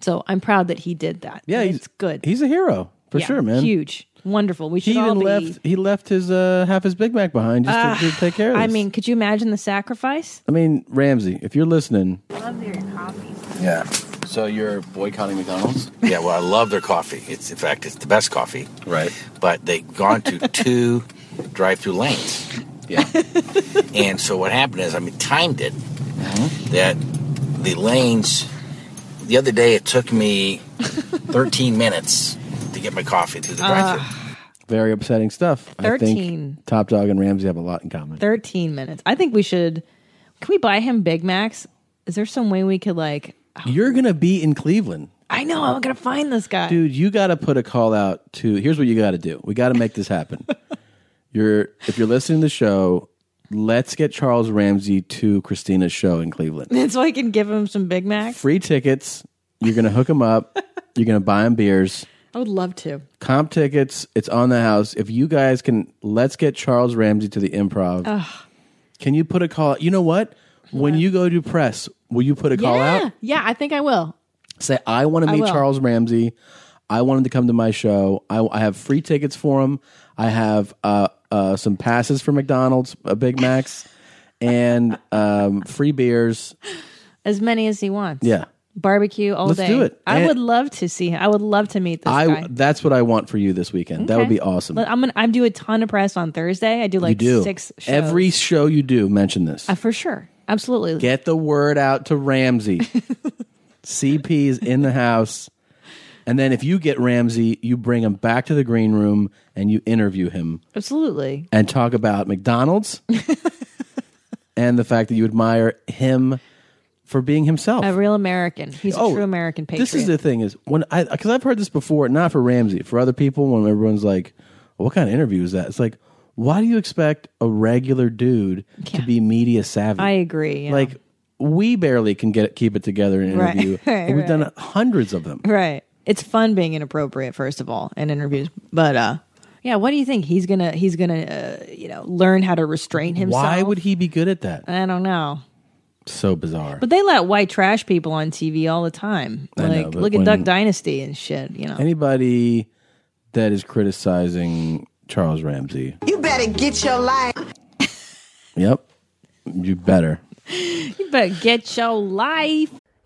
Speaker 2: So I'm proud that he did that.
Speaker 1: Yeah,
Speaker 2: it's
Speaker 1: he's-
Speaker 2: good
Speaker 1: He's a hero for
Speaker 2: Yeah,
Speaker 1: sure, man.
Speaker 2: Huge, wonderful. We should
Speaker 1: He
Speaker 2: all
Speaker 1: even
Speaker 2: be.
Speaker 1: left. He left his uh, half his Big Mac behind just
Speaker 2: Ah,
Speaker 1: to, to take care of this.
Speaker 2: I mean, could you imagine the sacrifice?
Speaker 1: I mean, Ramsey, if you're listening,
Speaker 2: Love your coffee.
Speaker 15: Yeah.
Speaker 1: So you're boycotting McDonald's?
Speaker 15: Yeah, well, I love their coffee. It's in fact, it's the best coffee.
Speaker 1: Right.
Speaker 15: But they've gone to two drive-through lanes.
Speaker 1: Yeah.
Speaker 15: and so what happened is, I mean, timed it that the lanes. The other day, it took me 13 minutes to get my coffee through the drive-through.
Speaker 1: very upsetting stuff. I
Speaker 2: 13.
Speaker 1: think Top Dog and Ramsey have a lot in common.
Speaker 2: 13 minutes. I think we should. Can we buy him Big Macs? Is there some way we could, like,
Speaker 1: You're gonna be in Cleveland.
Speaker 2: I know, I'm going to find this guy.
Speaker 1: Dude, you got to put a call out to. Here's what you got to do. We got to make this happen. you're if you're listening to the show, let's get Charles Ramsey to Christina's show in Cleveland.
Speaker 2: so I can give him some Big Macs.
Speaker 1: Free tickets. You're gonna hook him up. You're gonna buy him beers.
Speaker 2: I would love to.
Speaker 1: Comp tickets. It's on the house. If you guys can, let's get Charles Ramsey to the Improv.
Speaker 2: Ugh.
Speaker 1: Can you put a call? You know what? When you go to press, will you put a call
Speaker 2: yeah,
Speaker 1: out?
Speaker 2: yeah, I think I will.
Speaker 1: Say, I want to
Speaker 2: I
Speaker 1: meet
Speaker 2: will.
Speaker 1: Charles Ramsey. I want him to come to my show. I, I have free tickets for him. I have uh, uh, some passes for McDonald's, uh, Big Macs, and um, free beers.
Speaker 2: As many as he wants.
Speaker 1: Yeah,
Speaker 2: Barbecue all
Speaker 1: Let's
Speaker 2: day.
Speaker 1: do it.
Speaker 2: I
Speaker 1: And-
Speaker 2: would love to see him. I would love to meet this guy.
Speaker 1: I. That's what I want for you this weekend. That would
Speaker 2: Okay.
Speaker 1: be awesome.
Speaker 2: Look, I'm gonna I do a ton of press on Thursday. I do like
Speaker 1: you do
Speaker 2: six shows.
Speaker 1: every show you do. Mention this.
Speaker 2: Uh, for sure, absolutely.
Speaker 1: Get the word out to Ramsey. CP is in the house. And then if you get Ramsey, you bring him back to the green room and you interview him
Speaker 2: absolutely.
Speaker 1: and talk about McDonald's and the fact that you admire him for being himself.
Speaker 2: A real American. He's
Speaker 1: Oh,
Speaker 2: a true American patriot.
Speaker 1: This is the thing is when I because I've heard this before, not for Ramsey, for other people. When everyone's like, "What kind of interview is that?" It's like, why do you expect a regular dude to be media savvy?
Speaker 2: I agree. yeah.
Speaker 1: Like we barely can get keep it together in an
Speaker 2: Right,
Speaker 1: interview.
Speaker 2: right,
Speaker 1: and we've done hundreds of them.
Speaker 2: right. It's fun being inappropriate, first of all, in interviews. But uh, yeah, what do you think he's gonna he's gonna uh, you know learn how to restrain himself?
Speaker 1: Why would he be good at that?
Speaker 2: I don't know.
Speaker 1: So bizarre.
Speaker 2: Uh, But they let white trash people on TV all the time.
Speaker 1: I know,
Speaker 2: Like
Speaker 1: but
Speaker 2: look at
Speaker 1: when-
Speaker 2: Duck Dynasty and shit. You know.
Speaker 1: Anybody that is criticizing Charles Ramsey,
Speaker 14: You better get your life.
Speaker 1: yep, you better.
Speaker 2: You better get your life.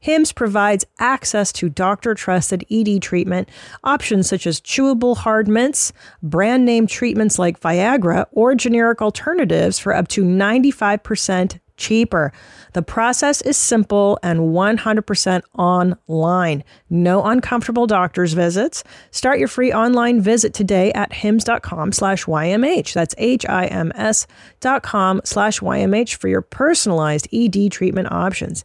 Speaker 7: HIMS provides access to E doctor trusted ED treatment, options such as chewable hard mints, brand name treatments like Viagra, or generic alternatives for up to 95% cheaper. The process is simple and 100% online. No uncomfortable doctor's visits. Start your free online visit today at hims.com slash YMH. That's H-I-M-S dot com slash YMH for your personalized ED treatment options.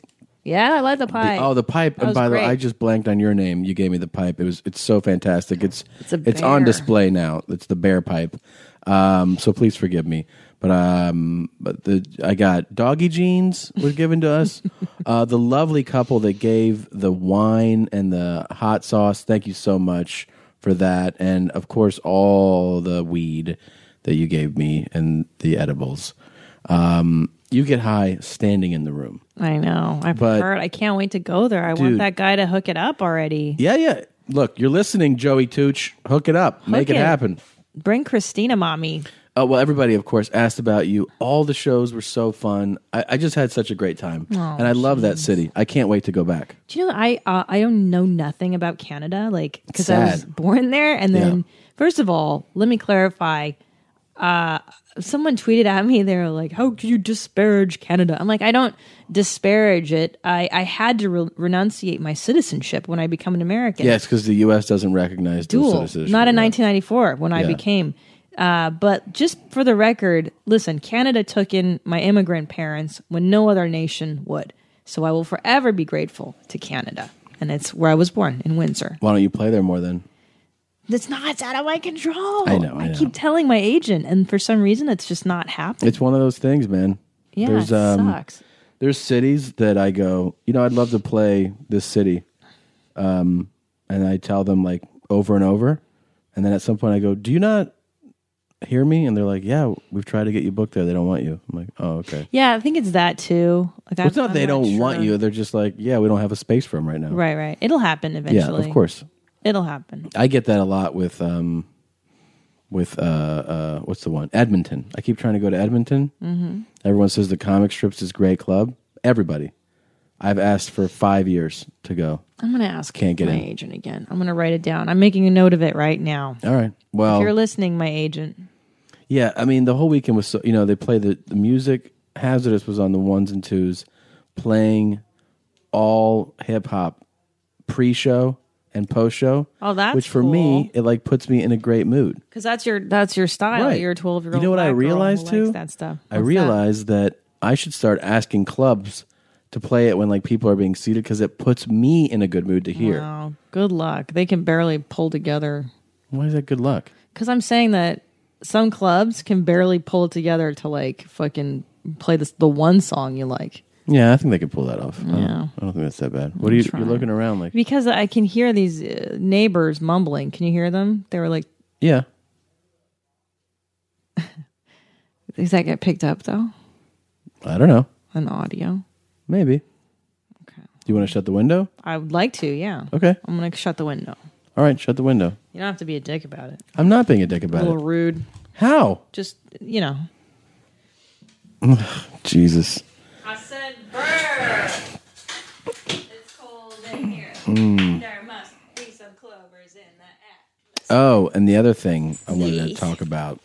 Speaker 2: yeah, I like the
Speaker 1: the-
Speaker 2: pie.
Speaker 1: oh, the pipe!
Speaker 2: That
Speaker 1: And
Speaker 2: was
Speaker 1: by the way,
Speaker 2: great.
Speaker 1: I just blanked on your name. You gave me the pipe. It was it's so fantastic. It's
Speaker 2: It's a
Speaker 1: it's on
Speaker 2: bear.
Speaker 1: display now. It's the bear pipe. Um, so please forgive me, but um, but the I got doggy jeans was given to us. uh, the lovely couple that gave the wine and the hot sauce. Thank you so much for that, and of course all the weed that you gave me and the edibles. Um, you get high standing in the room.
Speaker 2: I know. I
Speaker 1: But-
Speaker 2: prefer it. I can't wait to go there. I
Speaker 1: Dude.
Speaker 2: want that guy to hook it up already.
Speaker 1: Yeah, yeah. Look, you're listening, Joey Tooch. Hook it up. Make
Speaker 2: Hook
Speaker 1: it,
Speaker 2: it.
Speaker 1: happen.
Speaker 2: Bring Christina, mommy.
Speaker 1: Oh, well, everybody, of course, asked about you. All the shows were so fun. I, I just had such a great time.
Speaker 2: Aw,
Speaker 1: and I love that city. I can't wait to go back.
Speaker 2: Do you know I uh, I don't know nothing about Canada, like because I was
Speaker 1: Sad.
Speaker 2: born there, and then first of all, let me clarify, uh, someone tweeted at me. They were like, "How could you disparage Canada?" I'm like, "I don't disparage it. I, I had to re- renunciate my citizenship when I become an American.
Speaker 1: Yes, because the U.S. doesn't recognize dual,
Speaker 2: dual,
Speaker 1: citizenship.
Speaker 2: not in 1994 when I
Speaker 1: Yeah.
Speaker 2: became. Uh, but just for the record, listen, Canada took in my immigrant parents when no other nation would. So I will forever be grateful to Canada, and it's where I was born in Windsor.
Speaker 1: Why don't you play there more then?
Speaker 2: That's not. It's out of my control.
Speaker 1: I know, I know.
Speaker 2: keep telling my agent, and for some reason, it's just not happening.
Speaker 1: It's one of those things, man.
Speaker 2: Yeah,
Speaker 1: there's,
Speaker 2: it
Speaker 1: um,
Speaker 2: sucks.
Speaker 1: There's cities that I go, you know, I'd love to play this city, um, and I tell them like over and over, and then at some point I go, "Do you not hear me?" And they're like, "Yeah, we've tried to get you booked there. They don't want you." I'm like, "Oh, okay."
Speaker 2: Yeah, I think it's that too. Like,
Speaker 1: Well, it's
Speaker 2: I'm-
Speaker 1: not
Speaker 2: I'm
Speaker 1: they don't
Speaker 2: sure.
Speaker 1: want you. They're just like, "Yeah, we don't have a space for them right now."
Speaker 2: Right, right. It'll happen eventually.
Speaker 1: Yeah, of course.
Speaker 2: It'll happen.
Speaker 1: I get that a lot with um with uh uh what's the one? Edmonton. I keep trying to go to Edmonton.
Speaker 2: Mm-hmm.
Speaker 1: Everyone says the comic strips is great club. Everybody. I've asked for 5 years to go.
Speaker 2: I'm gonna ask
Speaker 1: Can't get
Speaker 2: my
Speaker 1: in.
Speaker 2: agent again. I'm gonna write it down. I'm making a note of it right now.
Speaker 1: All right.
Speaker 2: if you're
Speaker 1: Well,
Speaker 2: listening, my agent.
Speaker 1: yeah, I mean the whole weekend was so, you know, they play the the music Hazardous was on the ones and twos playing all hip hop pre-show and post-show.
Speaker 2: Oh, that's
Speaker 1: which for me it like puts me in a great mood.
Speaker 2: Because that's your that's your style.
Speaker 1: Right.
Speaker 2: You're a 12 year old.
Speaker 1: You know what I realized, too?
Speaker 2: That stuff.
Speaker 1: I realized that? I should start asking clubs to play it when like people are being seated because it puts me in a good mood to hear.
Speaker 2: Wow. Oh, Good luck. They can barely pull together.
Speaker 1: Why is that good luck?
Speaker 2: Because I'm saying that some clubs can barely pull it together to like fucking play this the one song you like.
Speaker 1: Yeah, I think they could pull that off. I don't-
Speaker 2: Yeah.
Speaker 1: I don't think that's that bad. What are you?
Speaker 2: try.
Speaker 1: You're looking around like,
Speaker 2: Because I can hear these uh, neighbors mumbling. Can you hear them? They were like,
Speaker 1: yeah,
Speaker 2: "Does that get picked up though
Speaker 1: I don't know,
Speaker 2: on audio?"
Speaker 1: maybe. Okay. Do you want to shut the window?
Speaker 2: I would like to. Yeah.
Speaker 1: Okay.
Speaker 2: I'm gonna shut the window.
Speaker 1: All right, shut the window.
Speaker 2: You don't have to be a dick about it.
Speaker 1: I'm not being a dick
Speaker 2: a
Speaker 1: about
Speaker 2: little
Speaker 1: it.
Speaker 2: rude.
Speaker 1: How?
Speaker 2: Just you know.
Speaker 1: Jesus.
Speaker 2: I said bird. It's cold in here.
Speaker 1: Mm.
Speaker 2: There must be some clovers in that
Speaker 1: Oh, and the other thing I wanted to talk about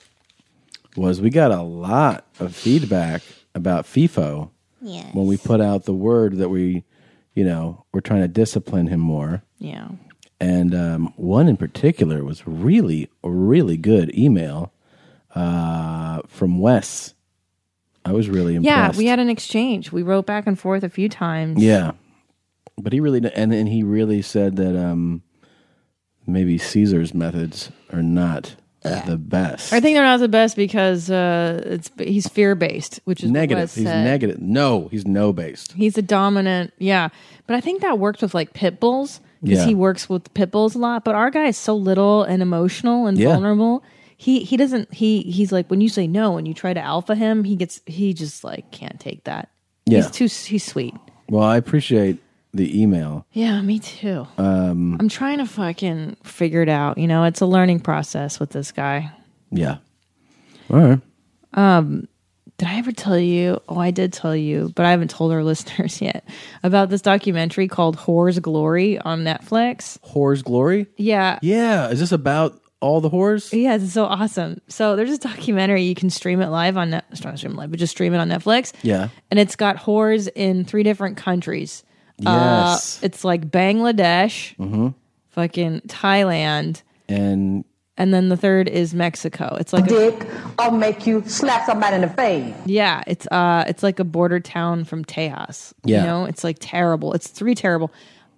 Speaker 1: was we got a lot of feedback about FIFO
Speaker 2: Yes.
Speaker 1: when we put out the word that we, you know, we're trying to discipline him more.
Speaker 2: Yeah.
Speaker 1: And um, one in particular was really, really good email uh, from Wes. I was really
Speaker 2: Yeah,
Speaker 1: impressed.
Speaker 2: we had an exchange. We wrote back and forth a few times.
Speaker 1: Yeah. But he really and then he really said that um maybe Caesar's methods are not the best.
Speaker 2: I think they're not the best because uh, it's he's fear based, which is what
Speaker 1: negative.
Speaker 2: Wes
Speaker 1: He's
Speaker 2: said.
Speaker 1: negative. No, he's no based.
Speaker 2: He's a dominant, yeah. But I think that worked with like pit bulls because
Speaker 1: Yeah.
Speaker 2: he works with pit bulls a lot. But our guy is so little and emotional and
Speaker 1: Yeah.
Speaker 2: vulnerable. He he doesn't he he's like when you say no and you try to alpha him, he gets he just like can't take that.
Speaker 1: Yeah.
Speaker 2: He's too he's sweet.
Speaker 1: Well, I appreciate the email.
Speaker 2: Yeah, me too.
Speaker 1: Um
Speaker 2: I'm trying to fucking figure it out. You know, it's a learning process with this guy.
Speaker 1: yeah. All right.
Speaker 2: Um, did I ever tell you? Oh, I did tell you, but I haven't told our listeners yet about this documentary called Whore's Glory on Netflix.
Speaker 1: Whore's Glory?
Speaker 2: Yeah.
Speaker 1: Yeah, is this about all the whores?
Speaker 2: Yeah, it's so awesome. So there's this documentary. You can stream it live on net. it's Not stream it live, but just stream it on Netflix.
Speaker 1: Yeah.
Speaker 2: And it's got whores in three different countries. Uh,
Speaker 1: Yes.
Speaker 2: it's like Bangladesh,
Speaker 1: Mhm.
Speaker 2: fucking Thailand,
Speaker 1: And
Speaker 2: and then the third is Mexico. It's like a,
Speaker 16: dick, I'll make you slap somebody in the face.
Speaker 2: Yeah, it's uh it's like a border town from Tejas.
Speaker 16: Yeah.
Speaker 2: You know, it's like terrible. It's three terrible.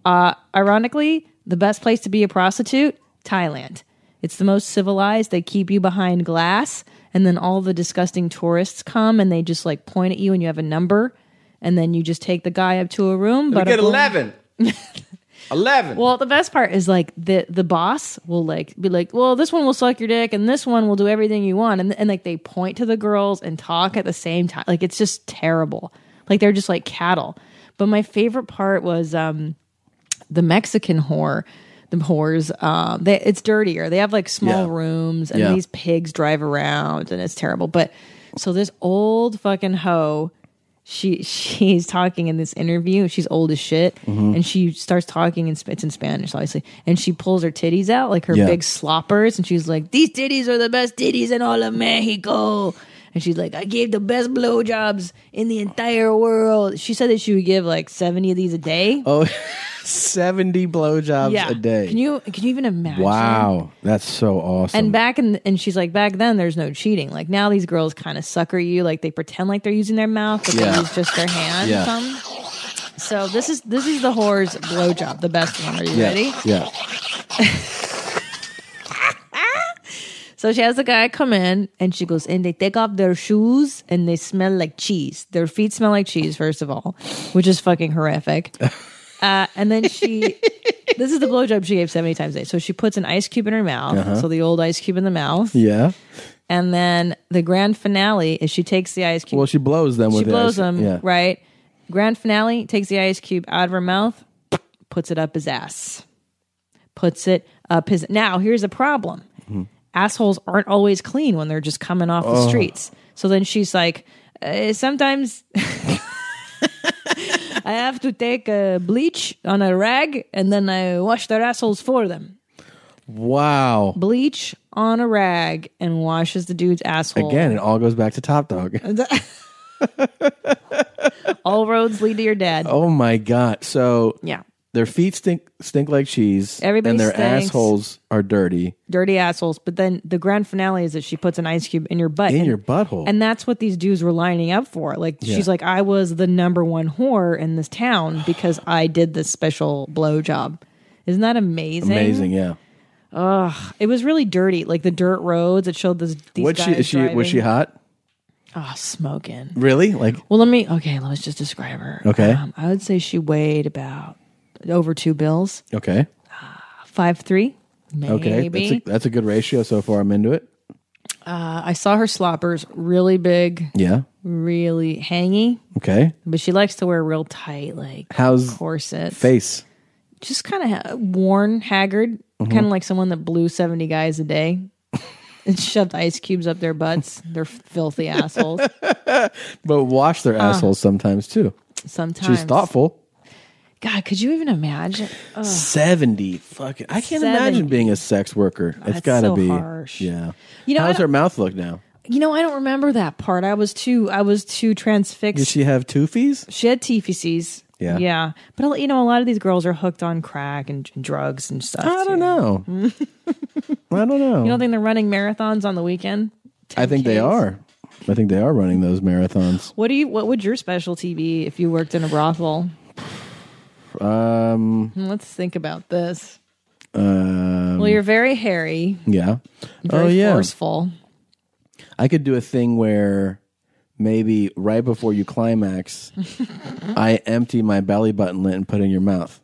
Speaker 2: Uh ironically, the best place to be a prostitute, Thailand. It's the most civilized. They keep you behind glass and then all the disgusting tourists come and they just like point at you and you have a number and then you just take the guy up to a room
Speaker 17: Let me
Speaker 2: bada
Speaker 17: get
Speaker 2: boom.
Speaker 17: 11. 11.
Speaker 2: Well, the best part is like the the boss will like be like, "Well, this one will suck your dick, and this one will do everything you want," and and like they point to the girls and talk at the same time. Like it's just terrible. Like they're just like cattle. But my favorite part was um the Mexican whore, the whores. Um, they, it's dirtier. They have like small
Speaker 16: Yeah.
Speaker 2: rooms, and
Speaker 16: Yeah.
Speaker 2: these pigs drive around, and it's terrible. But so this old fucking hoe she she's talking in this interview. She's old as shit,
Speaker 1: Mm-hmm.
Speaker 14: Mhm.
Speaker 2: and she starts talking in Sp- it's in Spanish, obviously. And she pulls her titties out like her
Speaker 14: Yeah.
Speaker 2: big sloppers, and she's like, "These titties are the best titties in all of Mexico." And she's like, "I gave the best blowjobs in the entire world." She said that she would give like seventy of these a day.
Speaker 1: Oh, 70 blowjobs a day.
Speaker 2: Can you can you even imagine?
Speaker 1: wow. That's so awesome.
Speaker 2: And back in and she's like back then there's no cheating. Like now these girls kind of sucker you. Like they pretend like they're using their mouth, but
Speaker 14: Yeah.
Speaker 2: they use just their hand.
Speaker 14: Yeah.
Speaker 2: or something. So this is this is the whore's blowjob, the best one. Are you
Speaker 14: yeah.
Speaker 2: ready?
Speaker 1: Yeah.
Speaker 2: So she has the guy come in and she goes, and they take off their shoes and they smell like cheese. Their feet smell like cheese, first of all, which is fucking horrific. Uh, and then she, this is the blowjob she gave 70 times a day. So she puts an ice cube in her mouth.
Speaker 14: Uh-huh.
Speaker 2: So the old ice cube in the mouth.
Speaker 1: Yeah.
Speaker 2: And then the grand finale is she takes the ice cube.
Speaker 1: Well, she blows them
Speaker 2: she
Speaker 1: with
Speaker 2: blows
Speaker 1: it.
Speaker 2: them,
Speaker 1: Yeah.
Speaker 2: right? Grand finale takes the ice cube out of her mouth, puts it up his ass, puts it up his. Now here's the problem:
Speaker 14: Mhm.
Speaker 2: assholes aren't always clean when they're just coming off the
Speaker 14: Oh.
Speaker 2: streets. So then she's like, uh, sometimes. I have to take a bleach on a rag and then I wash their assholes for them.
Speaker 1: Wow.
Speaker 2: Bleach on a rag and washes the dude's asshole.
Speaker 1: Again, it all goes back to Top Dog.
Speaker 2: All roads lead to your dad.
Speaker 1: Oh my god! So
Speaker 2: Yeah.
Speaker 1: their feet stink stink like cheese.
Speaker 2: Everybody
Speaker 1: and their
Speaker 2: stinks.
Speaker 1: assholes are dirty
Speaker 2: dirty assholes. But then the grand finale is that she puts an ice cube in your butt.
Speaker 1: in
Speaker 2: and,
Speaker 1: your butthole.
Speaker 2: and that's what these dudes were lining up for. Like
Speaker 1: Yeah.
Speaker 2: she's like, I was the number one whore in this town because I did this special blow job. Isn't that amazing?
Speaker 1: amazing, yeah.
Speaker 2: Ugh, it was really dirty. Like the dirt roads. It showed this. These
Speaker 1: What she
Speaker 2: guys
Speaker 1: is she was she
Speaker 2: driving.
Speaker 1: hot?
Speaker 2: Oh, smoking.
Speaker 1: Really? Like
Speaker 2: Well, let me. Okay, let's just describe her.
Speaker 1: Okay.
Speaker 2: Um, I would say she weighed about over two bills,
Speaker 1: okay,
Speaker 2: five three. Maybe.
Speaker 1: okay. That's a, that's a good ratio so far. I'm into it.
Speaker 2: Uh, I saw her sloppers really big,
Speaker 1: Yeah.
Speaker 2: really hangy,
Speaker 1: Okay.
Speaker 2: but she likes to wear real tight, like
Speaker 1: How's
Speaker 2: corsets.
Speaker 1: face?
Speaker 2: Just kind of ha- worn, haggard,
Speaker 1: Mhm.
Speaker 2: kind of like someone that blew 70 guys a day and shoved ice cubes up their butts. They're filthy assholes.
Speaker 1: But wash their
Speaker 2: Uh,
Speaker 1: assholes sometimes too.
Speaker 2: sometimes.
Speaker 1: she's thoughtful.
Speaker 2: God, could you even imagine? Ugh.
Speaker 1: Seventy fucking. I can't
Speaker 2: 70.
Speaker 1: imagine being a sex worker.
Speaker 2: That's
Speaker 1: it's got to
Speaker 2: so
Speaker 1: be
Speaker 2: harsh.
Speaker 1: Yeah.
Speaker 2: You know, I
Speaker 1: how's
Speaker 2: don't-
Speaker 1: her mouth look now?
Speaker 2: You know, I don't remember that part. I was too, I was too transfixed.
Speaker 1: Did she have toofies?
Speaker 2: She had TFCs.
Speaker 1: Yeah.
Speaker 2: Yeah. But, I'll- you know, a lot of these girls are hooked on crack and, and drugs and stuff.
Speaker 1: I don't know. I don't know.
Speaker 2: You don't think they're running marathons on the weekend?
Speaker 1: I think they are. I think they are running those marathons.
Speaker 2: What do you? What would your specialty be if you worked in a brothel? Hmm,
Speaker 1: Um,
Speaker 2: Let's think about this.
Speaker 1: um,
Speaker 2: well, you're very hairy,
Speaker 1: yeah.
Speaker 2: very
Speaker 1: oh yeah.
Speaker 2: forceful.
Speaker 1: I could do a thing where maybe right before you climax, I empty my belly button lint and put it in your mouth.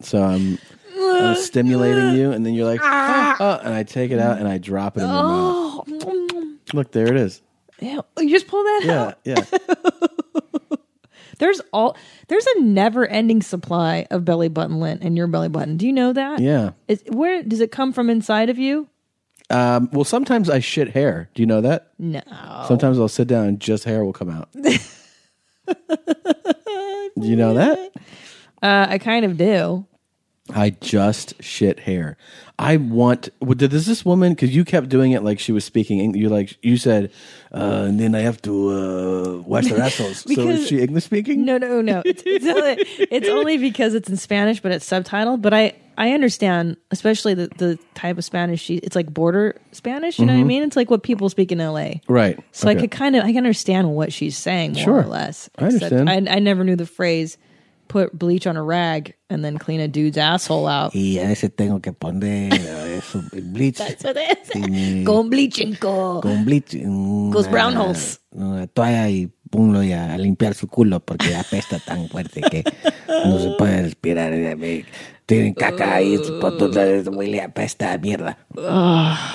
Speaker 1: So I'm, I'm stimulating you, and then you're like, "Ah, ah," and I take it out and I drop it in your mouth.
Speaker 2: Oh,
Speaker 1: Look, there it is.
Speaker 2: ew. you just pull that
Speaker 1: Yeah,
Speaker 2: out.
Speaker 1: yeah.
Speaker 2: There's all there's a never-ending supply of belly button lint in your belly button. Do you know that?
Speaker 1: Yeah.
Speaker 2: Is, where does it come from inside of you?
Speaker 1: Um, well, sometimes I shit hair. Do you know that?
Speaker 2: No.
Speaker 1: Sometimes I'll sit down and just hair will come out. Do you know that?
Speaker 2: Uh, I kind of do.
Speaker 1: I just shit hair. I want. well, Did this this woman? Because you kept doing it like she was speaking. Eng- You like you said, uh, and then I have to uh, wash their assholes. so
Speaker 2: Because-
Speaker 1: is she English speaking?
Speaker 2: No, no, no. It's, it's, only, it's only because it's in Spanish, but it's subtitled. But I, I understand, especially the, the type of Spanish she. It's like border Spanish. You know what I
Speaker 1: Mhm.
Speaker 2: mean? It's like what people speak in L.A.
Speaker 1: Right.
Speaker 2: So I
Speaker 1: Okay.
Speaker 2: could kind of I can understand what she's saying more or
Speaker 1: Sure.
Speaker 2: less.
Speaker 1: I
Speaker 2: except
Speaker 1: understand.
Speaker 2: I, I never knew the phrase "put bleach on a rag and then clean a dude's asshole out."
Speaker 18: Y a veces tengo que poner eh, eso, el bleach.
Speaker 2: That's what it is.
Speaker 18: eh,
Speaker 2: Con bleaching co.
Speaker 18: con bleach. Una,
Speaker 2: Goes brown holes.
Speaker 18: una toalla y ponlo y a, a limpiar su culo porque apesta tan fuerte que no se puede respirar. eh, ve, Tienen caca ahí, su puto eh, huele a apesta a mierda.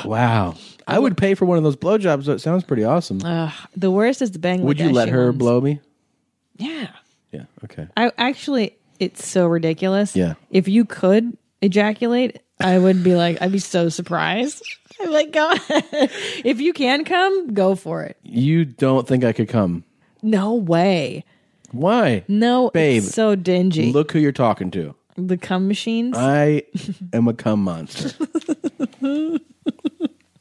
Speaker 1: Wow. I would pay for one of those blowjobs. That sounds pretty awesome.
Speaker 2: Ugh, the worst is the Bangladeshi.
Speaker 1: would you let her
Speaker 2: ones.
Speaker 1: blow me?
Speaker 2: Yeah.
Speaker 1: Yeah. Okay.
Speaker 2: I actually, it's so ridiculous.
Speaker 1: Yeah.
Speaker 2: If you could ejaculate, I would be like, I'd be so surprised. I'm like, go. if you can come, go for it.
Speaker 1: You don't think I could come?
Speaker 2: No way.
Speaker 1: Why?
Speaker 2: No,
Speaker 1: Babe.
Speaker 2: It's so dingy.
Speaker 1: Look who you're talking to.
Speaker 2: the cum machines.
Speaker 1: I am a cum monster.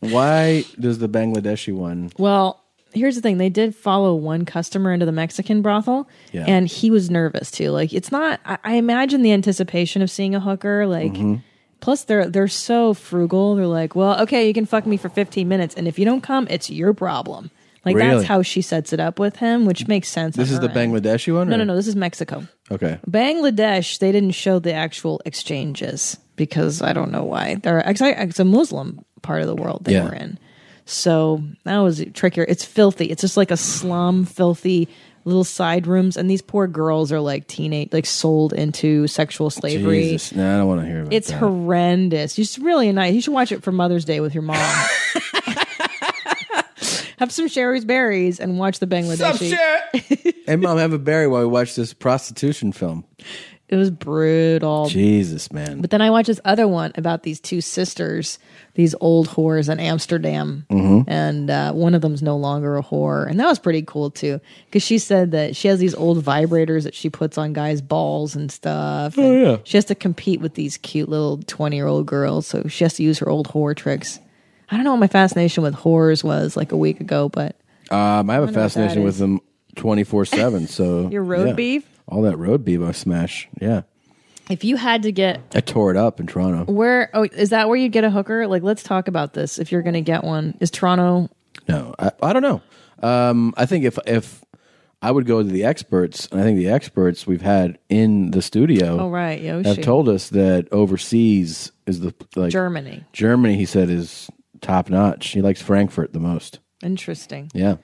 Speaker 1: Why does the Bangladeshi one?
Speaker 2: Well, here's the thing: they did follow one customer into the Mexican brothel,
Speaker 1: Yeah.
Speaker 2: and he was nervous too. Like it's not. I, I imagine the anticipation of seeing a hooker. Like,
Speaker 1: Mhm.
Speaker 2: plus they're they're so frugal. They're like, well, okay, you can fuck me for 15 minutes, and if you don't come, it's your problem. Like
Speaker 1: Really?
Speaker 2: that's how she sets it up with him, which makes sense.
Speaker 1: This
Speaker 2: on
Speaker 1: is
Speaker 2: her
Speaker 1: the
Speaker 2: end.
Speaker 1: Bangladeshi one?
Speaker 2: No,
Speaker 1: or-
Speaker 2: no, no. This is Mexico.
Speaker 1: Okay.
Speaker 2: Bangladesh, they didn't show the actual exchanges because I don't know why. They're it's like- it's a Muslim part of the world they
Speaker 1: Yeah.
Speaker 2: were in, so that was trickier. It's filthy. It's just like a slum, filthy little side rooms, and these poor girls are like teenage, like sold into sexual slavery.
Speaker 1: Jesus. No, I don't want to hear about
Speaker 2: It's
Speaker 1: that.
Speaker 2: horrendous. It's really nice. You should watch it for Mother's Day with your mom. Have some Sherry's berries and watch the Bangladeshi.
Speaker 1: Hey, mom, have a berry while we watch this prostitution film.
Speaker 2: It was brutal.
Speaker 1: Jesus, man.
Speaker 2: But then I watched this other one about these two sisters, these old whores in Amsterdam,
Speaker 1: Mhm.
Speaker 2: and uh, one of them's no longer a whore, and that was pretty cool too, because she said that she has these old vibrators that she puts on guys' balls and stuff.
Speaker 1: Oh,
Speaker 2: and
Speaker 1: yeah.
Speaker 2: she has to compete with these cute little twenty-year-old girls, so she has to use her old whore tricks. I don't know what my fascination with whores was like a week ago, but
Speaker 1: Um, I
Speaker 2: I
Speaker 1: have
Speaker 2: wonder what
Speaker 1: a
Speaker 2: that
Speaker 1: fascination with
Speaker 2: is.
Speaker 1: them 24 7. So
Speaker 2: Your road
Speaker 1: yeah.
Speaker 2: beef?
Speaker 1: All that road beef I smash. Yeah.
Speaker 2: if you had to get
Speaker 1: I tore it up in Toronto.
Speaker 2: where, oh, is that where you'd get a hooker? Like, let's talk about this. If you're going to get one, is Toronto
Speaker 1: No, I, I don't know. Um, I think if if I would go to the experts, and I think the experts we've had in the studio,
Speaker 2: Oh, right, Yoshi.
Speaker 1: have told us that overseas is the like
Speaker 2: Germany.
Speaker 1: Germany, he said, is top notch. He likes Frankfurt the most.
Speaker 2: Interesting.
Speaker 1: Yeah,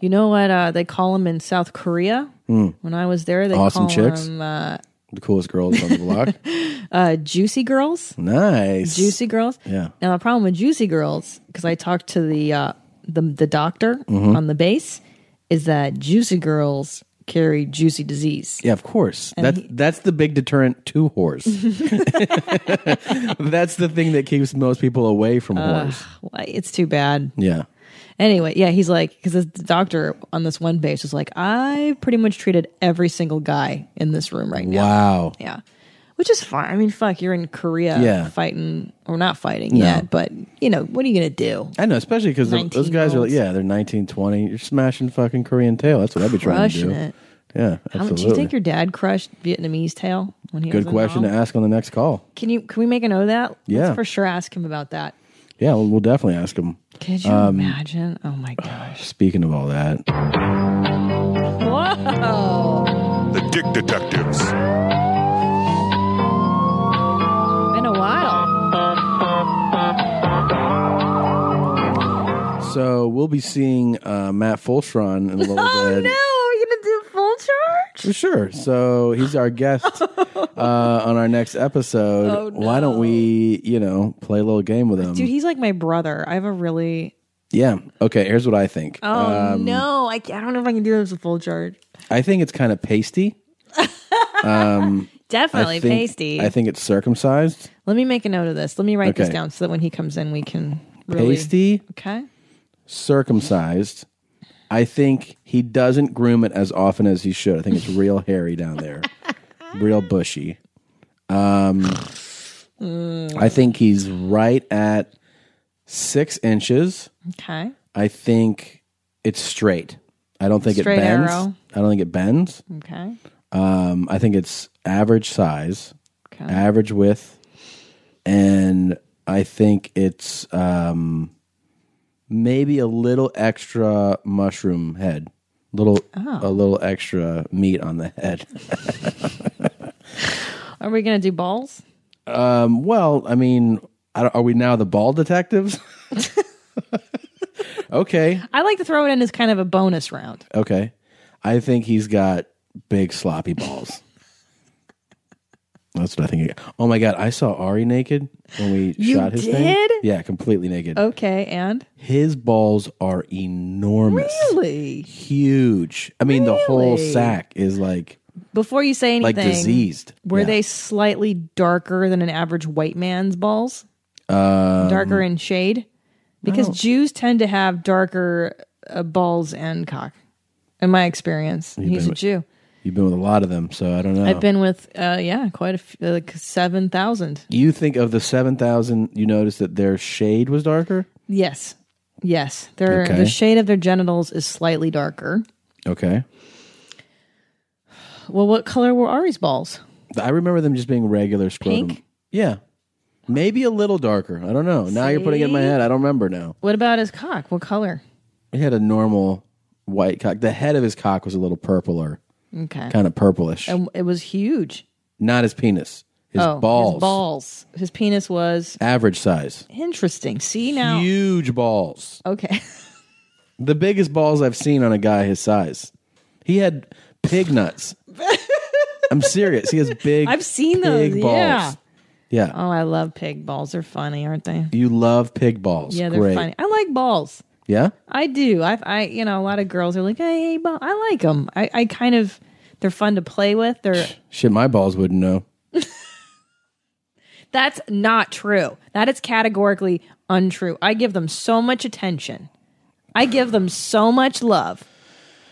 Speaker 2: You know what uh, they call them in South Korea?
Speaker 1: Hmm.
Speaker 2: When I was there, they
Speaker 1: Awesome
Speaker 2: call
Speaker 1: chicks.
Speaker 2: them uh,
Speaker 1: the coolest girls on the block.
Speaker 2: uh, juicy girls.
Speaker 1: Nice,
Speaker 2: Juicy girls.
Speaker 1: Yeah.
Speaker 2: Now the problem with juicy girls, because I talked to the uh, the the doctor
Speaker 1: Mhm.
Speaker 2: on the base, is that juicy girls carry juicy disease.
Speaker 1: Yeah, of course.
Speaker 2: And
Speaker 1: That's
Speaker 2: he-
Speaker 1: that's the big deterrent to whores. that's the thing that keeps most people away from
Speaker 2: Ugh,
Speaker 1: whores.
Speaker 2: why- it's too bad.
Speaker 1: Yeah.
Speaker 2: Anyway, yeah, he's like, because the doctor on this one base was like, I pretty much treated every single guy in this room right now.
Speaker 1: Wow.
Speaker 2: Yeah. Which is fine. I mean, fuck, you're in Korea
Speaker 1: Yeah.
Speaker 2: fighting, or not fighting
Speaker 1: No.
Speaker 2: yet, but, you know, what are you going to do?
Speaker 1: I know, especially because those guys are like,
Speaker 2: 19-year-olds.
Speaker 1: yeah, they're 19, 20. You're smashing fucking Korean tail. That's what I'd be trying to
Speaker 2: Crushing
Speaker 1: do.
Speaker 2: it.
Speaker 1: Yeah,
Speaker 2: How much
Speaker 1: absolutely.
Speaker 2: do you think your dad crushed Vietnamese tail when he was
Speaker 1: Good
Speaker 2: in
Speaker 1: question to
Speaker 2: Nam?
Speaker 1: ask on the next call.
Speaker 2: Can you can we make a note of that?
Speaker 1: Yeah.
Speaker 2: Let's for sure ask him about that.
Speaker 1: Yeah, we'll, we'll definitely ask him.
Speaker 2: Could you
Speaker 1: Um,
Speaker 2: imagine? Oh my gosh.
Speaker 1: Speaking of all that,
Speaker 2: Whoa.
Speaker 19: The Dick Detectives.
Speaker 2: Been a while.
Speaker 1: so we'll be seeing uh, Matt Fultron in a little bit.
Speaker 2: Oh no, are you gonna do full charge?
Speaker 1: For sure. So he's our guest uh, on our next episode.
Speaker 2: Oh,
Speaker 1: Why don't we, you know, play a little game with him?
Speaker 2: Dude, he's like my brother. I have a really
Speaker 1: yeah. Okay. Here's what I think.
Speaker 2: Oh
Speaker 1: Um,
Speaker 2: no, I, ca- I don't know if I can do this with full charge.
Speaker 1: I think it's kind of pasty. um,
Speaker 2: Definitely
Speaker 1: I think-
Speaker 2: pasty.
Speaker 1: I think it's circumcised.
Speaker 2: Let me make a note of this. Let me write this
Speaker 1: Okay.
Speaker 2: down so that when he comes in, we can really.
Speaker 1: Pasty,
Speaker 2: Okay.
Speaker 1: circumcised. I think he doesn't groom it as often as he should. I think it's real hairy down there, real bushy. Um,
Speaker 2: Mm.
Speaker 1: I think he's right at six inches.
Speaker 2: Okay.
Speaker 1: I think it's straight. I don't think
Speaker 2: Straight
Speaker 1: it bends.
Speaker 2: arrow. Hmm.
Speaker 1: I don't think it bends.
Speaker 2: Okay.
Speaker 1: Um, I think it's average size, average width, and I think it's um, maybe a little extra mushroom head, little
Speaker 2: Oh.
Speaker 1: a little extra meat on the head.
Speaker 2: Are we gonna do balls?
Speaker 1: um, well, I mean, I don't, are we now the ball detectives? okay,
Speaker 2: I like to throw it in as kind of a bonus round.
Speaker 1: okay. I think he's got big sloppy balls. That's what I think. he got. Oh my god, I saw Ari naked when we
Speaker 2: You
Speaker 1: shot his thing.
Speaker 2: did? Oh.
Speaker 1: Yeah, completely naked.
Speaker 2: Okay, and
Speaker 1: His balls are enormous,
Speaker 2: really,
Speaker 1: huge. I mean, the whole
Speaker 2: Really?
Speaker 1: sack is like
Speaker 2: before you say
Speaker 1: Like
Speaker 2: anything,
Speaker 1: diseased.
Speaker 2: Were
Speaker 1: Yeah.
Speaker 2: they slightly darker than an average white man's balls?
Speaker 1: um,
Speaker 2: darker in shade, because
Speaker 1: don't-
Speaker 2: Jews tend to have darker uh, balls and cock. in my experience.
Speaker 1: You've
Speaker 2: He's
Speaker 1: been
Speaker 2: a
Speaker 1: with-
Speaker 2: Jew.
Speaker 1: You've been with a lot of them, so I don't know.
Speaker 2: I've been with, uh, yeah, quite a few, like 7,000.
Speaker 1: You think of the seven thousand? You notice that their shade was darker.
Speaker 2: Yes. Yes. Their,
Speaker 1: Okay.
Speaker 2: The shade of their genitals is slightly darker.
Speaker 1: Okay,
Speaker 2: Well, what color were Ari's balls?
Speaker 1: I remember them just being regular scrotum.
Speaker 2: Pink?
Speaker 1: Yeah, maybe a little darker. I don't know. Now you're putting it in my
Speaker 2: See?
Speaker 1: head. I don't remember now.
Speaker 2: What about his cock? What color?
Speaker 1: He had a normal white cock. The head of his cock was a little purpler,
Speaker 2: Okay.
Speaker 1: kind of purplish.
Speaker 2: And it was huge.
Speaker 1: Not his penis. His
Speaker 2: oh,
Speaker 1: balls.
Speaker 2: His balls. His penis was
Speaker 1: Average size.
Speaker 2: interesting. See now.
Speaker 1: Huge balls.
Speaker 2: Okay.
Speaker 1: The biggest balls I've seen on a guy his size. He had pig nuts. I'm serious. He has big.
Speaker 2: I've seen
Speaker 1: pig
Speaker 2: those.
Speaker 1: Balls.
Speaker 2: Yeah.
Speaker 1: Yeah.
Speaker 2: Oh, I love pig balls. They're funny, aren't they?
Speaker 1: You love pig balls.
Speaker 2: Yeah, they're
Speaker 1: Great.
Speaker 2: funny. I like balls.
Speaker 1: Yeah.
Speaker 2: I do. I, I, you know, a lot of girls are like, hey, ball. I like them. I, I kind of, they're fun to play with. They're
Speaker 1: Shit, my balls wouldn't know.
Speaker 2: that's not true. That is categorically untrue. I give them so much attention. I give them so much love.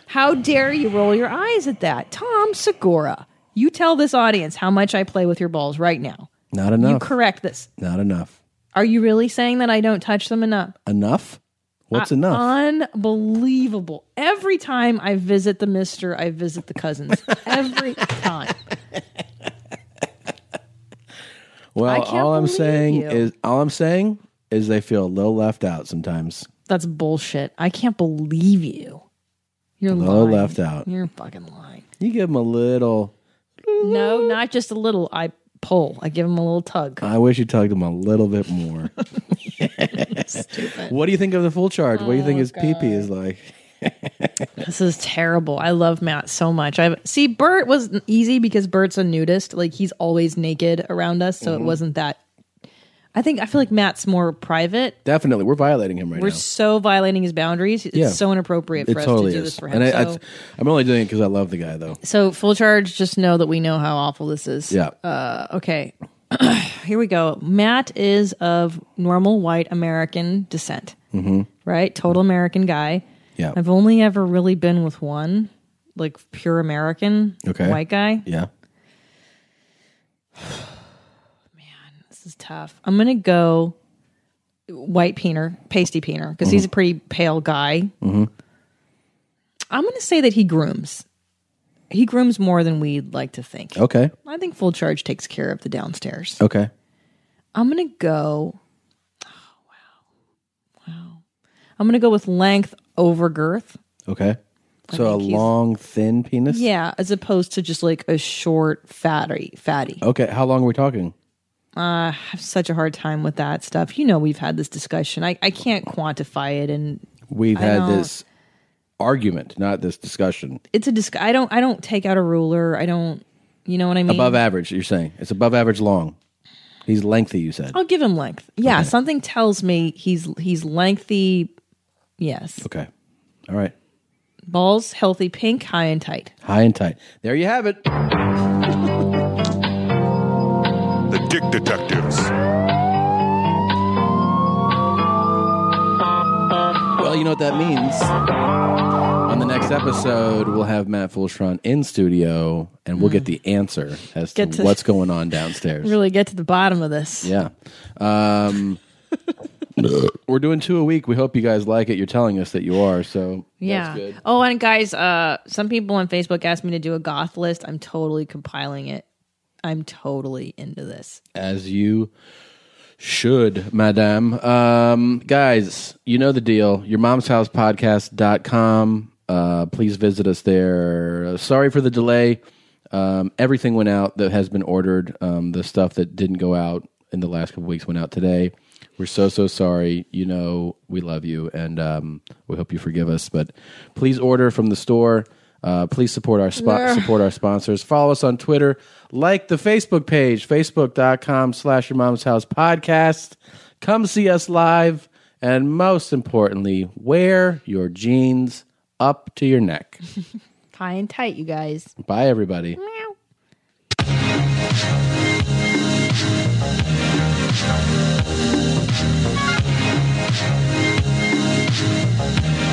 Speaker 2: How dare you roll your eyes at that, Tom Segura? You tell this audience how much I play with your balls right now.
Speaker 1: Not enough.
Speaker 2: You correct this.
Speaker 1: Not enough.
Speaker 2: Are you really saying that I don't touch them enough?
Speaker 1: Enough. What's
Speaker 2: Uh,
Speaker 1: enough?
Speaker 2: Unbelievable. Every time I visit the mister, I visit the cousins. Every time.
Speaker 1: well,
Speaker 2: can't
Speaker 1: all I'm
Speaker 2: believe
Speaker 1: saying
Speaker 2: you.
Speaker 1: is all I'm saying is they feel a little left out sometimes.
Speaker 2: That's bullshit. I can't believe you. You're
Speaker 1: A little
Speaker 2: lying.
Speaker 1: left out.
Speaker 2: You're fucking lying.
Speaker 1: You give them a little.
Speaker 2: No, not just a little. I pull. I give him a little tug.
Speaker 1: I wish you tugged them a little bit more. What do you think of the full charge? what do you
Speaker 2: Oh,
Speaker 1: think his pee pee is like?
Speaker 2: This is terrible. I love Matt so much. I see Bert was easy because Bert's a nudist. Like he's always naked around us, so
Speaker 1: Mhm.
Speaker 2: it wasn't that. I think I feel like Matt's more private.
Speaker 1: Definitely, we're violating him right
Speaker 2: We're
Speaker 1: now.
Speaker 2: so violating his boundaries. It's so inappropriate for
Speaker 1: It
Speaker 2: us
Speaker 1: totally
Speaker 2: to
Speaker 1: is.
Speaker 2: do this for him.
Speaker 1: And I,
Speaker 2: so,
Speaker 1: I, am only doing it because I love the guy, though.
Speaker 2: so full charge. Just know that we know how awful this is.
Speaker 1: Yeah.
Speaker 2: Uh, okay. Here we go. Matt is of normal white American descent.
Speaker 1: Mm-hmm.
Speaker 2: right? Total American guy.
Speaker 1: Yeah.
Speaker 2: I've only ever really been with one, like pure American
Speaker 1: Okay.
Speaker 2: white guy.
Speaker 1: Yeah.
Speaker 2: This is tough. I'm gonna go white peener, pasty peener, because he's a pretty pale guy.
Speaker 1: Mm-hmm.
Speaker 2: I'm gonna say that he grooms. He grooms more than we'd like to think.
Speaker 1: Okay.
Speaker 2: I think full charge takes care of the downstairs.
Speaker 1: Okay.
Speaker 2: I'm gonna go. Oh, wow, wow. I'm gonna go with length over girth.
Speaker 1: Okay.
Speaker 2: I
Speaker 1: so a
Speaker 2: think he's-
Speaker 1: long, thin penis.
Speaker 2: Yeah, as opposed to just like a short, fatty, fatty.
Speaker 1: Okay. How long are we talking?
Speaker 2: Uh, I have such a hard time with that stuff. You know, we've had this discussion. I, I can't quantify it, and
Speaker 1: We've
Speaker 2: I
Speaker 1: had
Speaker 2: don't-
Speaker 1: this argument, not this discussion.
Speaker 2: It's a disc. I don't. I don't take out a ruler. I don't. You know what I mean?
Speaker 1: above average, you're saying it's above average long. He's lengthy. You said.
Speaker 2: I'll give him length. Yeah, something tells me he's he's lengthy. Yes,
Speaker 1: Okay. All right.
Speaker 2: balls healthy, pink, high and tight.
Speaker 1: High and tight. There you have it.
Speaker 19: The Dick Detectives.
Speaker 1: Well, you know what that means. On the next episode, we'll have Matt Fulshron in studio, and we'll get the answer as to,
Speaker 2: Hmm. Get to-
Speaker 1: what's going on downstairs.
Speaker 2: Really get to the bottom of this.
Speaker 1: Yeah. Um, we're doing two a week. We hope you guys like it. You're telling us that you are. So
Speaker 2: Yeah. Oh, and guys, uh, some people on Facebook asked me to do a goth list. I'm totally compiling it. I'm totally into this.
Speaker 1: as you should, madame. Um, guys, you know the deal. Your mom's house podcast.com. Uh, please visit us there. Uh, Sorry for the delay. Um, everything went out that has been ordered. Um, the stuff that didn't go out in the last couple weeks went out today. We're so, so sorry. You know, we love you and um, we hope you forgive us. But please order from the store. Uh, please support our spot,
Speaker 12: Yeah.
Speaker 1: support our sponsors. Follow us on Twitter. Like the Facebook page, facebook.com slash your mom's house podcast. Come see us live. And most importantly, wear your jeans up to your neck.
Speaker 2: High and tight, you guys.
Speaker 1: Bye, everybody.
Speaker 19: The